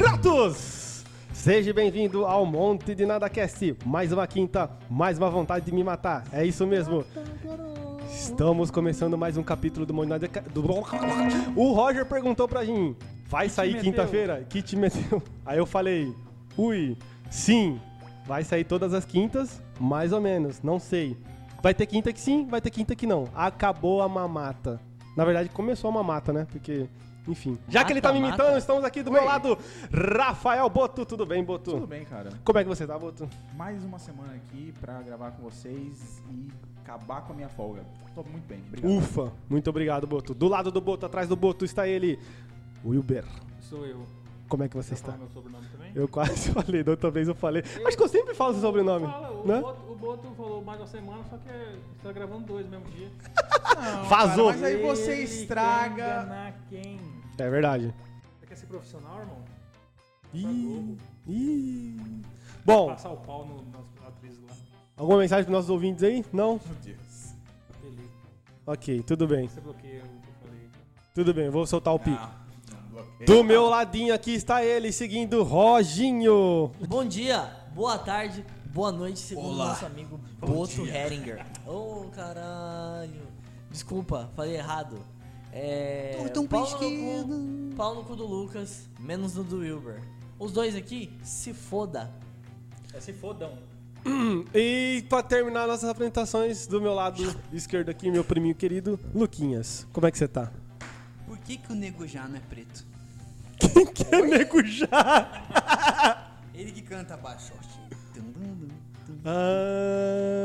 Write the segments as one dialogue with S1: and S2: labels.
S1: Juntos! Seja bem-vindo ao Monte de Nada Cast. Mais uma quinta, mais uma vontade de me matar. É isso mesmo. Estamos começando mais um capítulo do Monte de Nada Ca- do... O Roger perguntou pra mim: vai sair
S2: meteu?
S1: quinta-feira? Que te meteu? Aí eu falei: ui, sim, vai sair todas as quintas, mais ou menos, não sei. Vai ter quinta que sim, vai ter quinta que não. Acabou a mamata. Na verdade, começou a mamata, né? Porque, enfim. Já que ele tá me
S2: Mata-mata?
S1: imitando, estamos aqui do meu lado, Rafael Boto. Tudo bem, Boto?
S2: Tudo bem, cara.
S1: Como é que você tá, Boto?
S2: Mais uma semana aqui pra gravar com vocês e acabar com a minha folga. Tô muito bem, obrigado.
S1: Ufa, muito obrigado, Boto. Do lado do Boto, atrás do Boto, está ele, Wilber.
S3: Sou eu.
S1: Como é que você está?
S3: Fala meu sobrenome também?
S1: Eu quase falei, da outra vez eu falei. Acho que eu sempre falo seu sobrenome.
S3: Fala, o,
S1: né?
S3: Boto, o Boto falou mais uma semana, só que você tá gravando dois no mesmo dia.
S2: Não,
S1: Vazou.
S2: cara, mas aí você
S3: Ele quer
S2: estraga.
S3: enganar quem?
S1: É verdade.
S3: Você quer ser profissional, irmão?
S1: Ih, ih. Bom,
S3: Passar o pau no, nas atrizes lá.
S1: alguma mensagem para nossos ouvintes aí? Não?
S2: Meu Deus.
S3: Beleza.
S1: Ok, tudo bem.
S3: Você bloqueia o que eu falei.
S1: Tudo bem, vou soltar o pico.
S2: Não, não bloqueia.
S1: Do meu ladinho aqui está ele, seguindo Roginho.
S4: Bom dia, boa tarde, boa noite, segundo
S2: Olá.
S4: nosso amigo
S2: Bom
S4: Boto
S2: dia.
S4: Heringer. Ô, caralho. Desculpa, falei errado. É.
S2: Tortão
S4: pau no
S2: pesqueiro.
S4: cu- Pau no cu do Lucas, menos no do Wilber. Os dois aqui, se foda.
S3: É se fodão.
S1: E para terminar nossas apresentações, do meu lado esquerdo aqui, meu priminho querido, Luquinhas. Como é que você tá?
S5: Por que, que o nego já não é preto?
S1: Quem que é nego já?
S5: Ele que canta baixo. Tum, dum, dum, dum.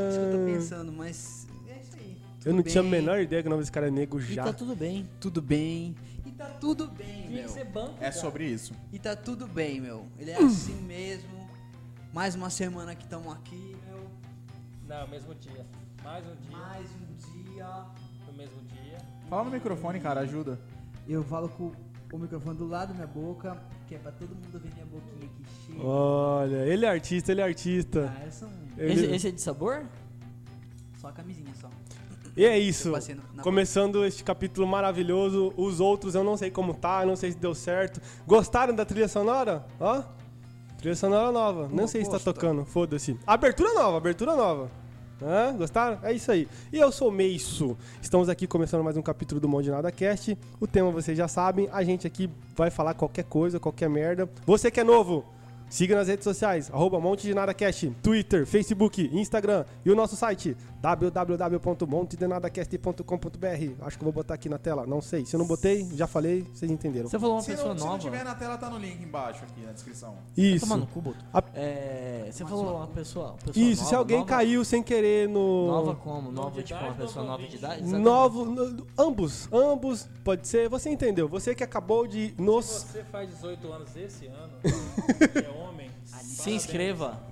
S5: Isso que eu tô
S1: Ah,
S5: pensando, mas é isso aí.
S1: eu não
S5: Tudo
S1: tinha a
S5: bem, Então
S1: menor ideia que o nome desse cara é nego
S4: E
S1: já.
S4: tá tudo bem.
S5: Tudo bem. E tá tudo bem,
S3: Tinha
S5: meu.
S3: que ser banco.
S2: É sobre isso.
S5: E tá tudo bem, meu. Ele
S1: Hum.
S5: é assim mesmo. Mais uma semana que estamos aqui, meu.
S3: Não, mesmo dia. Mais um dia,
S5: Mais um dia.
S3: no mesmo dia.
S2: Fala no microfone, cara, ajuda.
S5: Eu falo com o microfone do lado da minha boca, que é pra todo mundo ver minha boquinha aqui cheia.
S1: Olha, ele é artista, ele é artista.
S5: Ah, eu sou um...
S1: Ele-
S4: Esse, esse é de sabor?
S5: Só a camisinha, só.
S1: E é isso.
S5: Eu passei no- na-
S1: Começando este capítulo maravilhoso. Os outros eu não sei como tá, eu não sei se deu certo. Gostaram da trilha sonora? Ó. Trilha sonora nova. Não
S5: Uma
S1: sei se tá
S5: bosta.
S1: tocando, foda-se. Abertura nova, abertura nova. Hã? Gostaram? É isso aí. E eu sou o Meisso. Estamos aqui começando mais um capítulo do Monte de Nada Cast. O tema vocês já sabem. A gente aqui vai falar qualquer coisa, qualquer merda. Você que é novo, siga nas redes sociais. Arroba Monte de Nada Cast. Twitter, Facebook, Instagram. E o nosso site, www.montedenadacast.com.br. Acho que eu vou botar aqui na tela. Não sei. Se eu não botei, já falei. Vocês entenderam.
S4: Você falou uma
S2: se
S4: pessoa
S2: não, se não
S4: nova.
S2: tiver na tela, tá no link embaixo aqui na descrição.
S1: Isso.
S4: Toma no cu, Boto.
S1: A-
S4: É, você falou uma pessoa. uma pessoa
S1: Isso, se
S4: nova,
S1: alguém
S4: nova-
S1: caiu sem querer no.
S4: Nova como? Nova,
S3: de
S4: tipo,
S3: idade,
S4: uma pessoa
S3: novo
S4: nova de
S3: ouvinte.
S4: idade? Exatamente.
S1: Novo, no- ambos, ambos, pode ser, você entendeu, você que acabou de nos...
S3: Você faz 18 anos esse ano, e é homem.
S4: Se inscreva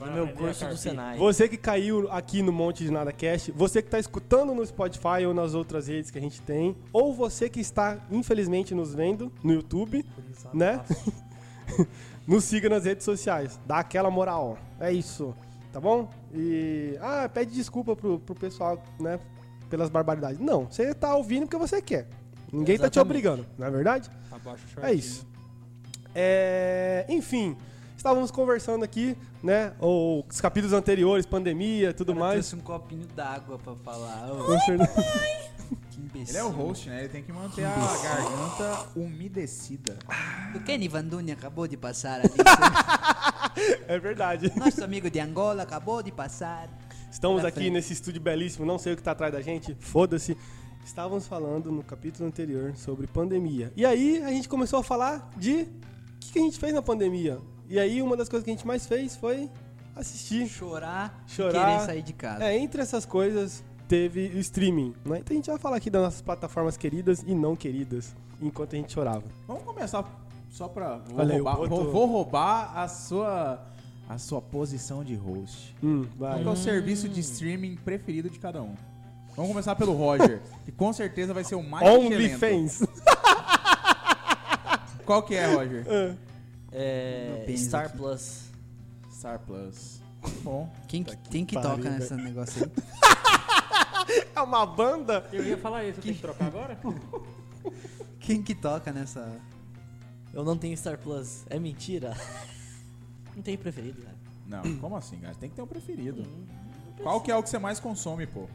S4: no é meu curso do Senai.
S1: Você que caiu aqui no Monte de Nada Cast, você que tá escutando no Spotify ou nas outras redes que a gente tem, ou você que está, infelizmente, nos vendo no YouTube, né? nos siga nas redes sociais, dá aquela moral, é isso, tá bom? E, ah, pede desculpa pro, pro pessoal, né, pelas barbaridades. Não, você tá ouvindo porque você quer, ninguém tá te
S4: Exatamente.
S1: obrigando, não é verdade?
S3: Abaixa o
S1: É isso. É, enfim, estávamos conversando aqui, né? Ou, os capítulos anteriores, pandemia, tudo
S5: Cara, eu
S1: mais.
S5: trouxe um copinho d'água pra falar. Ô,
S1: Concerno-
S5: que imbecil.
S2: Ele é o host, né? Ele tem que manter a garganta umedecida.
S5: O Kenny Vanduni acabou de passar ali.
S1: é verdade.
S5: Nosso amigo de Angola acabou de passar.
S1: Estamos
S5: Pra
S1: aqui
S5: frente.
S1: nesse estúdio belíssimo, não sei o que tá atrás da gente, foda-se. Estávamos falando no capítulo anterior sobre pandemia. E aí a gente começou a falar de o que, que a gente fez na pandemia. E aí uma das coisas que a gente mais fez foi assistir
S5: Chorar,
S1: Chorar.
S5: e querer sair de casa.
S1: É, entre essas coisas, teve o streaming, né? Então a gente vai falar aqui das nossas plataformas queridas e não queridas, enquanto a gente chorava.
S2: Vamos começar só pra. Vou,
S1: Olha aí, o
S2: roubar,
S1: Boto-
S2: vou, vou roubar a sua. A sua posição de host.
S1: Hum,
S2: Qual
S1: vai.
S2: que é o serviço de streaming preferido de cada um? Vamos começar pelo Roger, que com certeza vai ser o mais gelento.
S1: OnlyFans.
S2: Qual que é, Roger?
S4: É,
S5: Meu pênis
S4: Star
S5: aqui.
S4: Plus.
S2: Star Plus. Tá Bom.
S5: Quem que, quem que
S1: pariu,
S5: toca
S1: velho.
S5: nesse negócio aí?
S1: É uma banda?
S3: Eu ia falar isso, eu tenho que trocar agora?
S5: Quem que toca nessa.
S4: Eu não tenho Star Plus. É mentira. Não tenho preferido, cara.
S2: Não, como assim, cara? Tem que ter um preferido.
S1: Hum,
S2: Qual que é o que você mais consome, pô?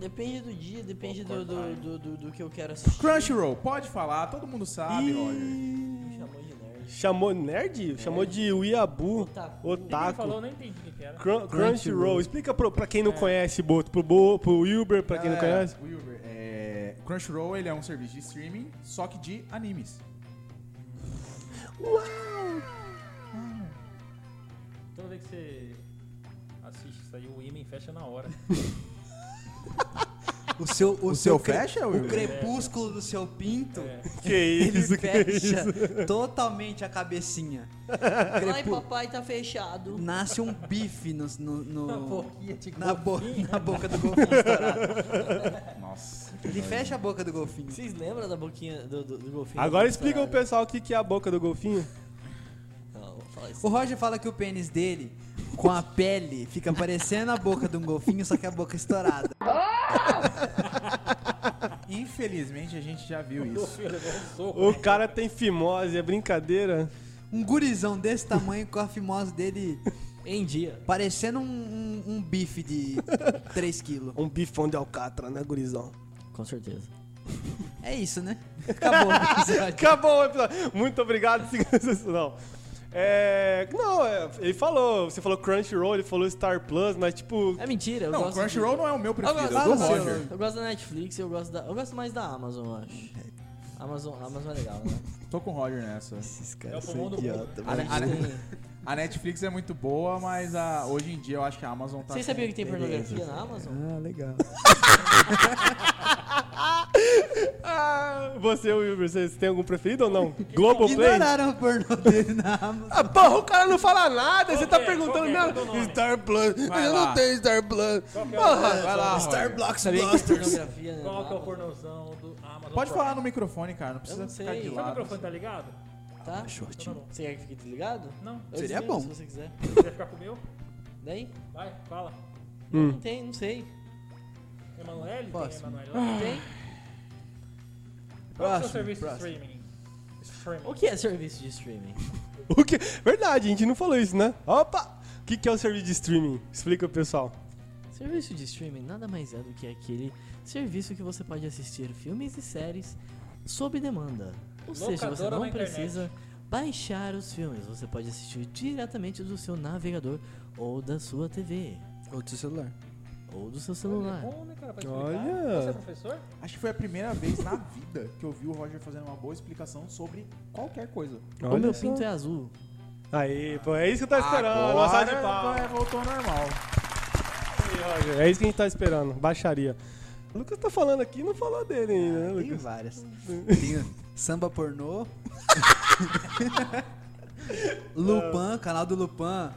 S4: Depende do dia, depende do, do, do, do- do que eu quero assistir.
S2: Crunchyroll, pode falar, todo mundo sabe, Roger.
S1: Ih,
S4: Me chamou de nerd.
S1: Chamou nerd? Chamou de Uiabu,
S4: Otaku.
S3: Ninguém
S1: Otaku.
S3: falou, eu nem entendi o que que era.
S1: Crun- Crunchyroll.
S2: Crunchyroll.
S1: Explica pro, pra quem não conhece, Boto, pro, Bo, pro Wilber, pra quem não
S2: Galera,
S1: conhece.
S2: Wilber, é, Crunchyroll ele é um serviço de streaming, só que de animes.
S3: Toda vez Então, que você assiste isso aí, o Imen fecha na hora.
S5: O seu, o
S2: seu
S5: cre-
S2: fecha,
S5: O
S2: Will?
S5: crepúsculo do seu pinto,
S3: É.
S1: Que isso,
S5: ele
S1: que é isso.
S5: fecha totalmente a cabecinha.
S4: Ai,
S5: Crepu-
S4: papai, tá fechado.
S5: Nasce um bife no, no- no-
S4: Na boquinha tipo, de
S5: na, bo-
S4: golfinho.
S5: na boca do golfinho estourado.
S2: Nossa.
S5: Ele fecha a boca do golfinho.
S4: Vocês lembram da boquinha do, do, do golfinho?
S1: Agora
S4: Não,
S1: explica o
S4: caralho.
S1: pessoal o que, que é a boca do golfinho.
S4: Não, vou falar isso.
S5: O Roger fala que o pênis dele, com a pele, fica parecendo a boca de um golfinho, só que a boca estourada.
S2: Infelizmente a gente já viu
S3: Meu
S2: isso.
S3: filho, eu dou um soco.
S1: O cara tem fimose, é brincadeira.
S5: Um gurizão desse tamanho com a fimose dele
S4: Em dia.
S5: parecendo um, um- um bife de 3 quilos.
S1: Um bifão de alcatra, né, gurizão?
S4: Com certeza.
S5: É isso, né? Acabou o episódio.
S1: Acabou o episódio. Muito obrigado, siga sensacional. É, não, é, ele falou, você falou Crunchyroll, ele falou Star Plus, mas tipo,
S4: É mentira, eu
S2: Não,
S4: gosto de-
S2: Crunchyroll não é o meu preferido,
S4: eu
S2: é
S4: gosto,
S2: o do
S5: do seu.
S2: Roger.
S4: eu gosto da Netflix, eu gosto da. Eu gosto mais da Amazon, eu acho. Amazon, Amazon é legal, né?
S2: Tô com o Roger nessa.
S5: Esses
S3: É o
S5: caras
S3: pulmão do mundo.
S2: A,
S4: A
S2: a- a Netflix é muito boa, mas a- hoje em dia eu acho que a Amazon tá.
S4: Vocês
S2: com-
S4: sabiam que tem pornografia na Amazon?
S5: Ah, legal.
S1: ah, você, Wilber, vocês têm algum preferido ou não? Globoplay?
S5: Ignoraram o pornô dele na Amazon.
S1: Ah, porra, o cara não fala nada, você
S3: que
S1: tá
S3: é?
S1: perguntando
S3: Qual que é?
S1: mesmo.
S3: Qual que é o nome?
S1: Star Plus,
S2: Vai
S1: eu
S2: lá.
S1: não tenho Star Plus.
S3: é
S1: Porra,
S2: Vai lá, Roger.
S5: Blocks
S4: Sabia que tem pornografia, né?
S3: Qual
S4: na
S3: que é o
S4: Amazon?
S3: pornozão do Amazon?
S2: Pode
S3: Prime?
S2: falar no microfone, cara, não precisa
S4: não sei.
S2: ficar de
S4: Sabe
S3: Sabe o
S2: lado.
S3: microfone tá ligado?
S4: Tá?
S3: Então tá bom.
S4: Você quer que fique desligado?
S3: Não,
S4: Eu
S5: Seria
S4: desligo,
S5: bom.
S4: Se você quiser.
S3: você quer ficar com o meu?
S4: Daí?
S3: Vai, fala.
S4: Não tem, não sei.
S3: Emanuele? Tem
S5: Posso.
S3: Emanuele lá?
S4: Não tem.
S3: Qual é o seu
S5: Próximo,
S3: serviço de
S5: próximo.
S3: streaming? Streaming.
S4: O que é serviço de streaming?
S1: O que? Verdade, a gente não falou isso, né? Opa! O que, que é o serviço de streaming? Explica pro pessoal.
S4: Serviço de streaming nada mais é do que aquele serviço que você pode assistir filmes e séries sob demanda. Ou seja, você
S3: Locadora na
S4: não
S3: internet.
S4: precisa baixar os filmes, você pode assistir diretamente do seu navegador ou da sua TV
S5: Ou do seu celular.
S4: ou do seu
S3: Olha,
S4: celular.
S3: bom, né, cara, pra explicar.
S1: Olha.
S3: Você é professor?
S2: Acho que foi a primeira vez na vida que eu vi o Roger fazendo uma boa explicação sobre qualquer coisa.
S4: O meu pinto é azul.
S1: Aí, pô, é isso que eu tava esperando.
S2: Agora
S1: uma salva de palmas.
S2: é, voltou ao normal.
S1: Aí, Roger, É isso que a gente tá esperando, baixaria. O Lucas tá falando aqui não falou dele ainda, né,
S5: Tem
S1: Lucas?
S5: várias. Tem samba pornô. Lupan, canal do Lupan.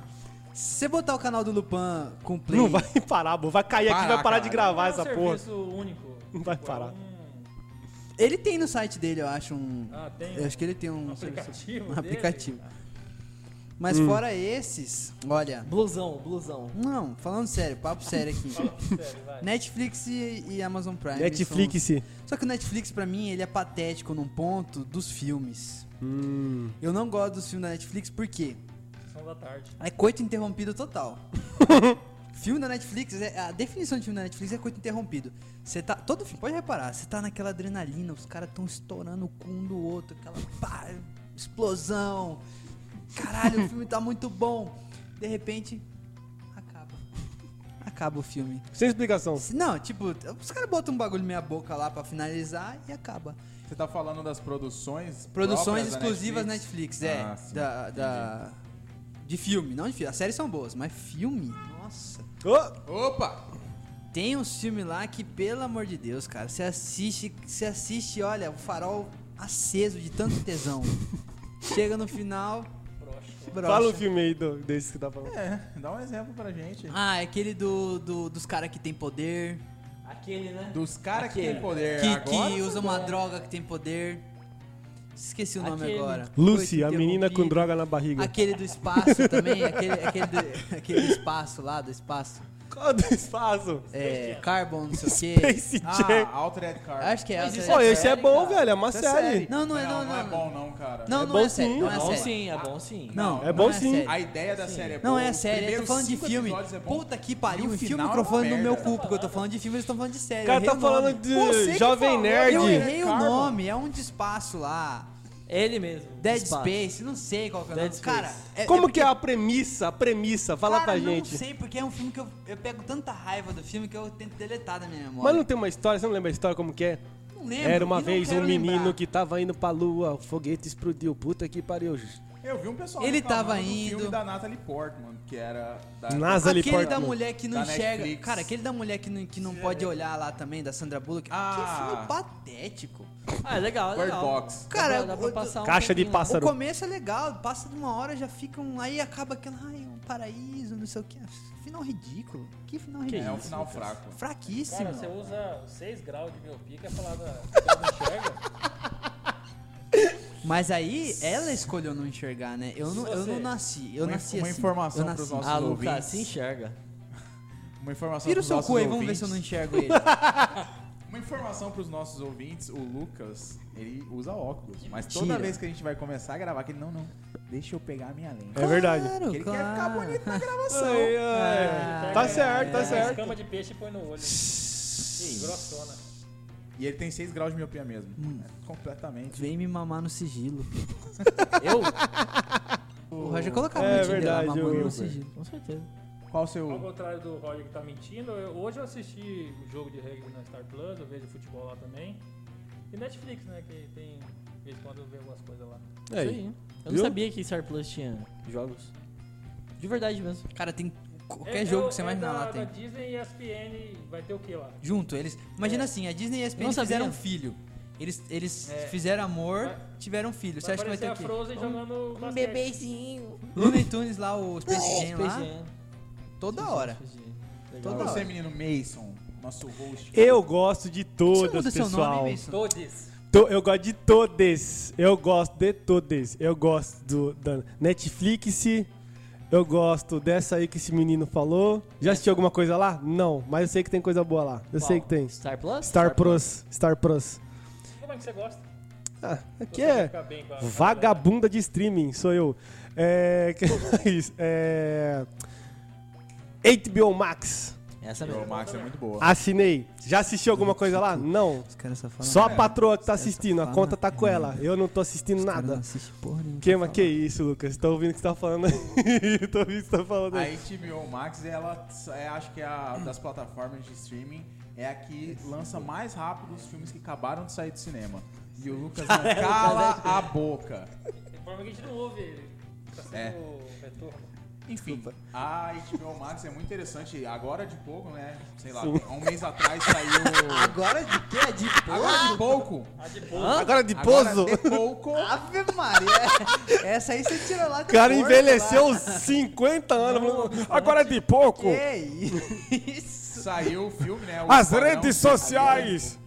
S5: Se você botar o canal do Lupan com play,
S1: Não vai parar, bo, vai cair aqui,
S2: Parar,
S1: vai parar de
S2: caralho.
S1: gravar
S3: Não
S1: essa
S3: é um
S1: porra.
S3: serviço único.
S1: Não vai
S3: Tipo, é
S1: parar.
S3: um-
S5: ele tem no site dele, eu acho um.
S3: Ah, tem
S5: eu acho que ele tem
S3: um
S5: um,
S3: aplicativo
S5: um
S3: dele? Ah,
S5: aplicativo. Mas
S1: Hum.
S5: fora esses, olha,
S4: Blusão, blusão.
S5: não, falando sério, papo sério aqui.
S3: Sério, vai.
S4: Né?
S5: Netflix e, e Amazon Prime.
S1: Netflix.
S5: são- Só que o Netflix pra mim, ele é patético num ponto dos filmes.
S1: Hum.
S5: Eu não gosto dos filmes da Netflix por quê?
S3: Sessão da tarde.
S5: É coito interrompido total. filme da Netflix, é- a definição de filme da Netflix é coito interrompido. Você tá. Todo filme, pode reparar, você tá naquela adrenalina, os caras tão estourando o cu um do outro, aquela pá, explosão. Caralho, o filme tá muito bom. De repente, acaba. Acaba o filme.
S1: Sem explicação.
S5: Não, tipo, os caras botam um bagulho meia boca lá pra finalizar e acaba.
S2: Você tá falando das produções.
S5: Produções
S2: próprias da
S5: exclusivas Netflix, é.
S2: Ah, sim,
S5: da, da- de filme, não de filme. As séries são boas, mas filme? Nossa.
S1: Ô,
S2: Opa!
S5: Tem uns filmes lá que, pelo amor de Deus, cara, você assiste, você assiste, olha, o farol aceso de tanto tesão. Chega no final,
S3: Broxa.
S5: brocha.
S1: fala o filme aí do, desse que tá falando.
S2: É, dá um exemplo pra gente.
S5: Ah, é aquele do, do- dos caras que tem poder,
S4: Aquele, né?
S2: Dos caras que
S4: Aquele.
S2: tem poder
S5: que,
S2: agora. tá
S5: que usa uma droga que tem poder. Esqueci o nome
S3: Aquele.
S5: agora.
S1: Lucy,
S5: Coito
S1: a menina com
S5: interrompido.
S1: droga na barriga.
S5: Aquele do espaço também, aquele, aquele, do, aquele do espaço lá, do espaço.
S1: Qual do espaço?
S5: É, Carbon, não sei o quê.
S1: Space Jam.
S2: Ah, Altered Carbon.
S5: Acho que é
S4: Mas isso
S1: Pô,
S5: essa.
S1: esse é
S4: série,
S1: bom,
S4: cara.
S1: velho. É uma
S4: Isso é
S1: série.
S4: série.
S5: Não, não é, não,
S2: não é
S5: não.
S2: bom não, cara.
S5: Não,
S1: É
S5: não
S1: bom
S5: é sério,
S1: sim.
S5: não
S4: É
S5: é
S4: bom
S5: sério.
S4: sim, é bom sim.
S2: Não,
S1: É bom
S5: Não é
S1: sim.
S5: sério.
S2: A ideia da série é boa.
S5: Não é
S2: os
S5: sério, eu tô
S2: primeiros
S5: falando de
S2: cinco
S5: filme.
S2: episódios é bom.
S5: Puta que
S2: E
S5: pariu,
S2: o
S5: o filme
S2: final é uma
S5: microfone no meu
S2: merda.
S5: cu, porque eu tô falando de filme, eles estão falando de série.
S1: O cara
S5: eu
S1: tá
S5: errei o nome.
S1: falando de
S5: Você que
S1: Jovem
S5: falou,
S1: Nerd.
S5: Eu errei o
S2: Carbon.
S5: nome, é um de espaço lá.
S4: Ele mesmo.
S5: Dead
S4: espaço.
S5: Space, não sei qual que é o
S4: Dead
S5: nome. Cara,
S4: Space.
S5: é-
S1: Como
S5: é
S1: que é a premissa? A premissa, fala
S5: Cara,
S1: pra
S5: eu
S1: gente.
S5: não sei, porque é um filme que eu, eu pego tanta raiva do filme que eu tento deletar da minha
S1: Mas
S5: memória.
S1: não tem uma história, você não lembra a história como que é?
S5: não lembro.
S1: Era uma
S5: e não
S1: vez um
S5: quero
S1: menino
S5: lembrar.
S1: que tava indo pra lua, o foguete explodiu, puta que pariu.
S2: Eu vi um pessoal
S5: Ele
S2: reclamando
S5: tava
S2: do filme
S5: indo.
S2: da Natalie Portman, que era da...
S1: Nas- Natalie
S5: Aquele da
S1: Portman.
S5: mulher que não
S2: Da
S5: enxerga.
S2: Netflix.
S5: Cara, aquele da mulher que não, que não pode olhar lá também, da Sandra Bullock.
S2: Ah.
S5: Que filme patético.
S4: Ah, é legal, é
S2: Bird
S4: legal.
S2: Box.
S4: Dá pra-
S5: Cara,
S4: dá pra
S5: o-
S4: passar um
S1: Caixa de
S4: tempinho lá.
S1: passa- Pássaro.
S5: O começo é legal, passa de uma hora, já fica um. Aí acaba aquela. Ai, um paraíso, não sei o que. Final ridículo. Que final
S2: É,
S5: ridículo.
S2: um final fraco.
S5: Fraquíssimo.
S3: Cara, você usa 6 graus de miopia, quer falar da... que não enxerga?
S5: Mas aí ela escolheu não enxergar, né? Eu não, eu
S3: Você-
S5: não nasci. Eu
S2: Uma-
S5: nasci
S2: uma
S5: assim.
S2: informação
S5: eu nasci.
S2: pros nossos-
S4: Ah, Lucas,
S2: ouvintes.
S4: se enxerga.
S2: Uma informação
S5: Vira o
S2: pros
S5: seu
S2: nossos
S5: cu aí, vamos ver se eu não enxergo ele.
S2: Uma informação pros nossos ouvintes, o Lucas, ele usa óculos. Mas toda
S4: Mentira.
S2: vez que a gente vai começar a gravar, que ele, não, não, deixa eu pegar a minha lente.
S1: É verdade.
S5: Claro,
S2: Porque ele quer ficar
S5: claro.
S2: bonito na gravação.
S1: Ai, ai.
S5: Ah,
S1: tá certo, tá
S3: Pega uma
S1: certo.
S3: escama de peixe e põe no olho. Ih, grossona.
S2: E ele tem 6 graus de miopia mesmo.
S5: Hum.
S2: É completamente.
S5: Vem me mamar no sigilo.
S4: Eu?
S5: O Roger colocava
S1: É
S5: no Tinder lá,
S1: verdade,
S5: mamando
S1: eu-
S5: no sigilo.
S4: Com certeza.
S1: É
S2: Qual o
S3: Ao
S2: seu...
S3: contrário do Roger que tá mentindo, eu- hoje eu assisti o jogo de rugby na Star Plus, eu vejo futebol lá também. E Netflix, né, que tem... De vez em quando eu vejo algumas coisas lá.
S1: É
S4: Isso
S1: aí.
S4: aí. Eu não
S1: Viu?
S4: sabia que Star Plus tinha jogos. De verdade mesmo.
S5: Cara, tem qualquer
S3: É-
S5: jogo
S3: é o-
S5: que você
S3: é
S5: imaginar
S3: da,
S5: lá tem.
S3: Da Disney e ESPN, vai ter o que lá?
S5: Junto, eles. Imagina assim, a Disney e a ESPN
S4: Não
S5: eles fizeram um
S4: sabia.
S5: filho. Eles, eles
S3: É.
S5: fizeram amor,
S3: Vai-
S5: tiveram filho. Você acha que vai
S3: aparecer
S5: ter o
S3: a
S5: quê?
S3: Frozen jogando
S4: Um
S3: basquete.
S4: bebezinho.
S5: Looney Tunes lá, o É, Space Jam lá. Toda hora.
S2: Qual
S5: Toda
S2: é o
S5: hora.
S2: seu menino Mason, nosso host?
S1: Eu gosto de
S5: Você
S1: todas,
S5: muda seu
S1: pessoal.
S5: nome, é Mason?
S3: Todos.
S1: To- eu gosto de todas. Eu gosto de todas. Eu gosto do, da Netflix. Eu gosto dessa aí que esse menino falou. Já assistiu alguma coisa lá? Não, mas eu sei que tem coisa boa lá. Eu sei que tem.
S4: Star Plus?
S1: Star Plus. Star Plus.
S3: Como é que você gosta?
S1: Ah, aqui
S3: Você
S1: é
S3: fica bem com a- com a
S1: vagabunda de streaming, sou eu. É. Que mais? É. HBO Max.
S4: Essa
S2: O
S4: mesmo.
S2: Max é muito boa.
S1: Assinei. Já assistiu alguma coisa lá? Não.
S5: Os caras só falam.
S1: Só a patroa que tá
S5: Essa
S1: assistindo, a
S5: fala
S1: conta tá com
S5: é
S1: ela. Eu não tô assistindo
S5: Os caras não
S1: nada.
S5: assistem porra nenhuma.
S4: tá
S1: Que, mas que isso, Lucas? Tô ouvindo o que você tá falando aí. Tô ouvindo o que você tá falando
S2: A
S1: aí.
S2: HBO Max, ela é, acho que é a das plataformas de streaming, é a que lança mais rápido os filmes que acabaram de sair do cinema. E o Lucas não cala a boca.
S3: Tem forma que a gente não ouve ele. Tá sendo
S2: É.
S3: retorno.
S2: Enfim, a HBO Max é muito interessante. Agora de pouco, né? Sei lá, há um mês atrás saiu.
S5: Agora de quê? É De porra?
S2: Agora de pouco.
S3: A de boa.
S1: Agora de
S2: Agora
S1: pouso,
S2: de pouco.
S5: Ave Maria. Essa aí você tirou lá
S1: o
S5: do
S1: cara
S5: porco,
S1: envelheceu
S5: lá.
S1: uns 50 anos. falando, Agora de pouco,
S5: Que isso?
S2: Saiu o filme, né? o
S1: as
S2: Esquadrão
S1: redes
S2: Suicida.
S1: sociais.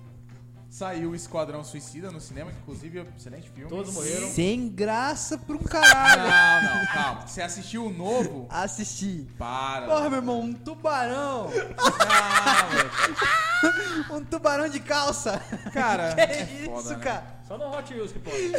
S2: Saiu o Esquadrão Suicida no cinema, inclusive, excelente filme.
S3: Todos morreram.
S5: Sem graça pra um
S2: Não,
S5: caralho.
S2: não, calma. Você assistiu o novo?
S5: Assistir.
S2: Para.
S5: Porra, meu irmão, um tubarão.
S2: Ah, velho.
S5: Um tubarão de calça.
S2: Cara,
S5: Que
S2: é
S5: isso,
S2: foda, né?
S5: cara.
S3: Só no Hot Wheels que pode.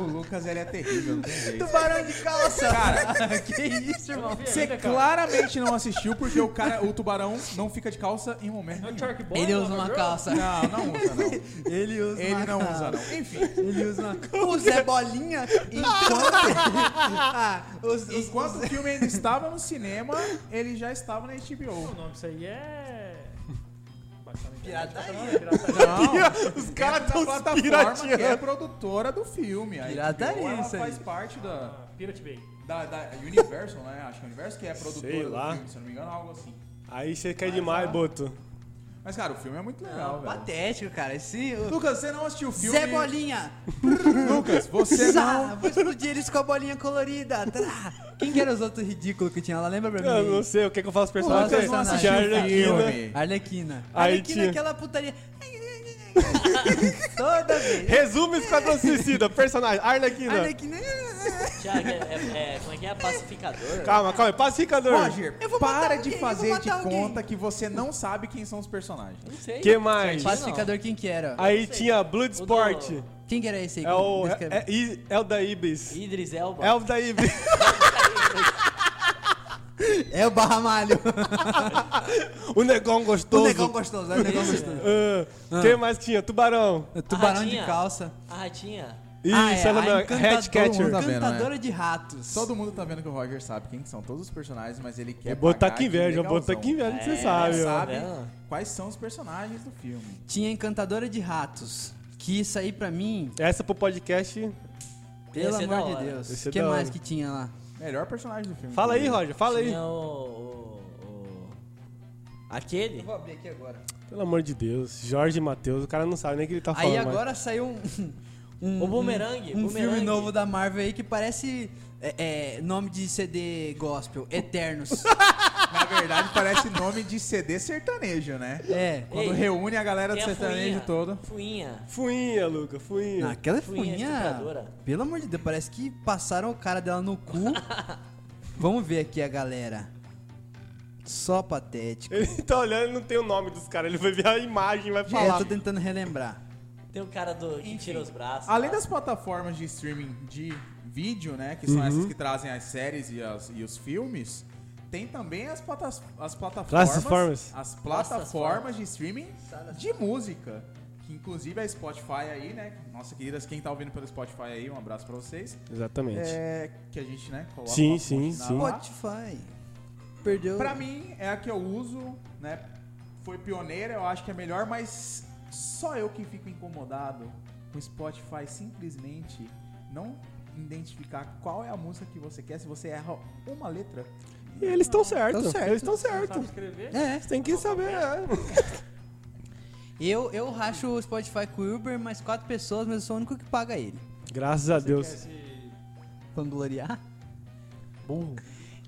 S2: o Lucas ele é terrível, não tem jeito.
S5: Tubarão de calça.
S2: Cara.
S5: que isso,
S3: Eu
S5: irmão.
S3: não vi
S2: Você
S3: ainda, cara.
S2: claramente não assistiu porque o cara, o tubarão não fica de calça em momento
S3: É o
S2: nenhum.
S3: Shark Boy,
S5: Ele
S3: não,
S5: usa uma
S3: Roger?
S5: calça.
S2: Não, não usa não.
S5: Ele usa
S2: Ele
S5: uma
S2: não
S5: calça.
S2: usa não. Enfim,
S5: Ele usa uma... O Zé Bolinha, enquanto... ah, os, os-
S2: enquanto o filme ainda estava no cinema, ele já estava na
S3: O
S2: HBO.
S3: nome disso aí é. Baixar na internet,
S5: Pirataria.
S3: não, é pirataria.
S2: Não,
S1: Os caras
S2: essa
S1: tão se
S2: plataforma que é
S1: pirateando.
S2: produtora do filme. A
S5: Pirataria
S2: HBO, ela
S5: isso aí.
S2: faz parte da,
S3: Ah, Pirate Bay.
S2: da, da Universal, né? Acho que a Universal que é a produtora
S1: Sei
S2: do
S1: lá.
S2: filme, se eu não me engano, algo assim.
S1: Aí você quer demais, Boto.
S2: Mas, cara, o filme é muito legal,
S5: Não,
S2: velho.
S5: patético, cara. Esse... o-
S2: Lucas, você não assistiu o filme?
S5: Zé Bolinha.
S2: Lucas, você
S5: Zá,
S2: não...
S5: Vou explodir eles com a bolinha colorida. Trá. Quem que eram os outros ridículos que tinha lá? Lembra pra mim?
S1: Eu não sei, o que, que eu faço pro personagem?
S5: Nossa, eu não assisti o
S1: Arlequina.
S2: filme.
S5: Arlequina.
S1: Aí
S5: Arlequina,
S1: tinha-
S5: aquela putaria. Toda vez.
S1: Resume Esquadrão Suicida, personagem, Arlequina.
S5: Arlequina.
S4: Tiago, é, é- é- como é que é? Pacificador?
S1: Calma, calma, é pacificador.
S2: Roger,
S5: Eu vou matar
S2: para
S5: alguém,
S2: de
S5: eu vou
S2: fazer
S5: matar
S2: de
S5: alguém.
S2: conta que você não sabe quem são os personagens.
S4: Não sei.
S1: Que mais?
S4: Certinho,
S5: Pacificador, quem que era?
S1: Aí tinha Bloodsport.
S4: O do-
S5: Quem que era esse aí?
S1: É
S5: que
S1: o. É,
S5: descreve?
S1: é- I- é o da
S4: não.
S1: Ibis.
S4: Idris Elba.
S1: É o da Ibis.
S5: É o Barra Malho.
S1: o negão
S5: o
S1: gostoso.
S5: negão gostoso, é o negão gostoso.
S1: Ah, Quem mais tinha? Tubarão.
S5: Tubarão de
S4: ratinha.
S5: calça.
S4: A ratinha.
S1: Isso,
S5: Ah,
S1: ela
S5: a
S1: não
S5: encantadora-
S1: Headcatcher.
S2: Tá vendo,
S5: Encantadora de ratos.
S2: Todo mundo tá vendo que o Roger sabe quem são todos os personagens, mas ele quer
S1: Vou botar
S2: é pagar
S1: aqui
S2: de
S1: inveja, vou botar
S2: legalzão.
S1: aqui inveja, que você
S4: É,
S1: sabe, ó.
S2: sabe
S4: vendo?
S2: quais são os personagens do filme.
S5: Tinha Encantadora de Ratos. Que isso aí pra mim,
S1: Essa pro podcast.
S5: pelo
S4: Esse é da
S5: amor de
S4: hora.
S5: Deus.
S1: Esse é
S5: O que
S1: da
S5: mais
S1: hora.
S5: que tinha lá?
S2: Melhor personagem do filme.
S1: Fala aí, Roger, fala aí.
S4: Tinha o, o- o- Aquele?
S5: vou abrir aqui agora.
S1: Pelo amor de Deus, Jorge e Matheus, o cara não sabe nem o que ele tá falando.
S5: Aí
S1: mais.
S5: agora saiu um. um-
S4: O Boomerang,
S5: Um, um
S4: Boomerang.
S5: filme novo da Marvel aí que parece. é, é, nome de CD gospel, Eternos.
S2: Na verdade, parece nome de CD sertanejo, né?
S5: é.
S2: Quando
S4: Ei,
S2: reúne a galera do
S4: Tem a
S2: sertanejo
S4: Fuinha.
S2: todo.
S4: Fuinha.
S1: Fuinha, Luca, fuinha.
S5: Aquela
S4: Fuinha
S5: fuinha.
S4: estupradora.
S5: Pelo amor de Deus, parece que passaram o cara dela no cu. Vamos ver aqui a galera. Só patético.
S1: Ele tá olhando e não tem o nome dos caras, ele vai ver a imagem e vai
S5: É,
S1: falar.
S5: eu tô tentando relembrar.
S4: Tem o cara do, que tira os braços.
S2: Além
S4: lá.
S2: das plataformas de streaming de vídeo, né? Que são
S1: Uhum.
S2: essas que trazem as séries e, as- e os filmes. Tem também as, platas, as plataformas.
S1: Plataformas.
S2: As plataformas de streaming de música. Que inclusive a Spotify aí, né? Nossa queridas, quem tá ouvindo pelo Spotify aí, um abraço pra vocês.
S1: Exatamente.
S2: É, que a gente, né, coloca
S1: Sim,
S2: uma
S1: sim,
S2: fonte na
S1: sim.
S2: lá.
S5: Spotify. Perdeu.
S2: Pra mim, é a que eu uso, né? Foi pioneira, eu acho que é melhor, mas só eu que fico incomodado com o Spotify simplesmente não identificar qual é a música que você quer se você erra uma letra.
S1: E eles estão certos,
S5: Tão certo.
S1: eles estão
S3: Não sabe
S1: certos.
S3: escrever?
S5: É.
S1: Tem que saber, é.
S5: Eu, eu racho o Spotify com o Uber, mais quatro pessoas, mas eu sou o único que paga ele.
S1: Graças a Deus.
S3: Quer se-
S5: Vangloriar. Bom.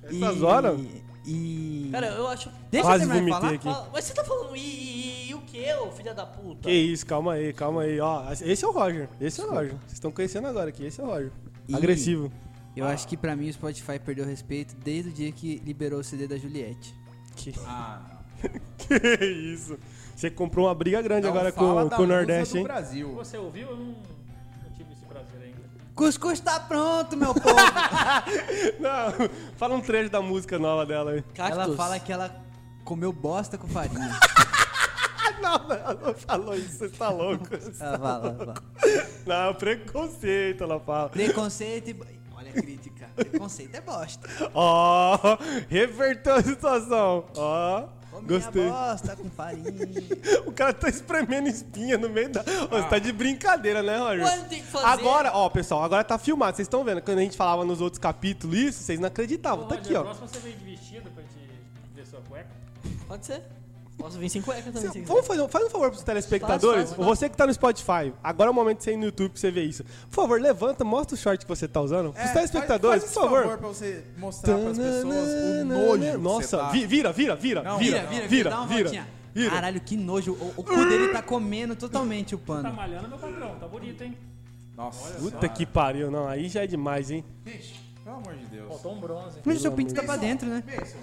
S1: Essas horas?
S5: E.
S4: Cara, eu acho...
S5: Deixa
S1: Quase
S5: eu terminar de
S1: vomitei
S5: falar.
S1: aqui.
S4: Fala- Mas você tá falando i, i, i, o que, ô filha da puta?
S1: Que isso, calma aí, calma aí. Ó, esse é o Roger. Esse é o Roger. Vocês estão conhecendo agora aqui, esse é o Roger.
S5: Ih.
S1: Agressivo.
S5: Eu acho que pra mim o Spotify perdeu respeito desde o dia que liberou o CD da Juliette.
S1: Que,
S2: Ah,
S1: que isso. Você comprou uma briga grande
S2: não
S1: agora
S2: então fala
S1: com,
S2: da
S1: com o
S2: musa
S1: Nordeste,
S2: do
S1: hein?
S2: Brasil.
S3: Você ouviu? Eu não, não tive esse prazer ainda.
S5: Cuscuz tá pronto, meu povo!
S1: Não, fala um trecho da música nova dela aí.
S4: Cactus.
S5: ela fala que ela comeu bosta com farinha.
S1: Não, não, ela não falou isso, você tá louco.
S5: ela fala, ela fala.
S1: Não, preconceito, ela fala.
S5: Preconceito e. bo- Olha a crítica. Preconceito é bosta.
S1: Ó, reverteu a situação. Ó,
S5: Comi
S1: gostei.
S5: a bosta com farinha.
S1: O cara tá espremendo espinha no meio da. Ô, Você tá de brincadeira, né, Roger?
S4: Ué, não tem o que fazer.
S1: Agora, ó, pessoal, agora tá filmado. Vocês estão vendo? Quando a gente falava nos outros capítulos isso, vocês não acreditavam.
S3: Ô,
S1: tá
S3: Roger,
S1: aqui, ó.
S3: próximo Então, você vem de vestido pra gente ver sua cueca.
S4: Pode ser. Posso vir sem cueca também.
S1: Cê-
S4: se
S1: vamos fazer um, faz um favor pros telespectadores.
S4: Faz, faz, faz.
S1: Você que tá no Spotify, agora é o momento de você ir no YouTube pra você ver isso. Por favor, levanta, mostra o short que você tá usando. Os
S2: É,
S1: telespectadores,
S2: faz- faz
S1: por
S2: esse
S1: favor.
S2: pra você mostrar pras pessoas o nojo. que você
S1: Nossa,
S2: tá.
S1: vi- vira, vira, vira,
S2: Não,
S1: vira,
S2: vira,
S1: vira,
S5: dá
S1: vira,
S5: uma
S1: vira,
S5: voltinha. Caralho, que nojo. O, o cu dele tá comendo totalmente o
S3: Tá
S5: pano.
S3: malhando meu patrão, tá bonito, hein?
S2: Nossa,
S1: Puta que pariu, não, aí já é demais, hein?
S2: Gente, pelo amor de Deus.
S3: Faltou um bronze.
S5: Mas o seu pinto tá pra dentro, né?
S2: Benção,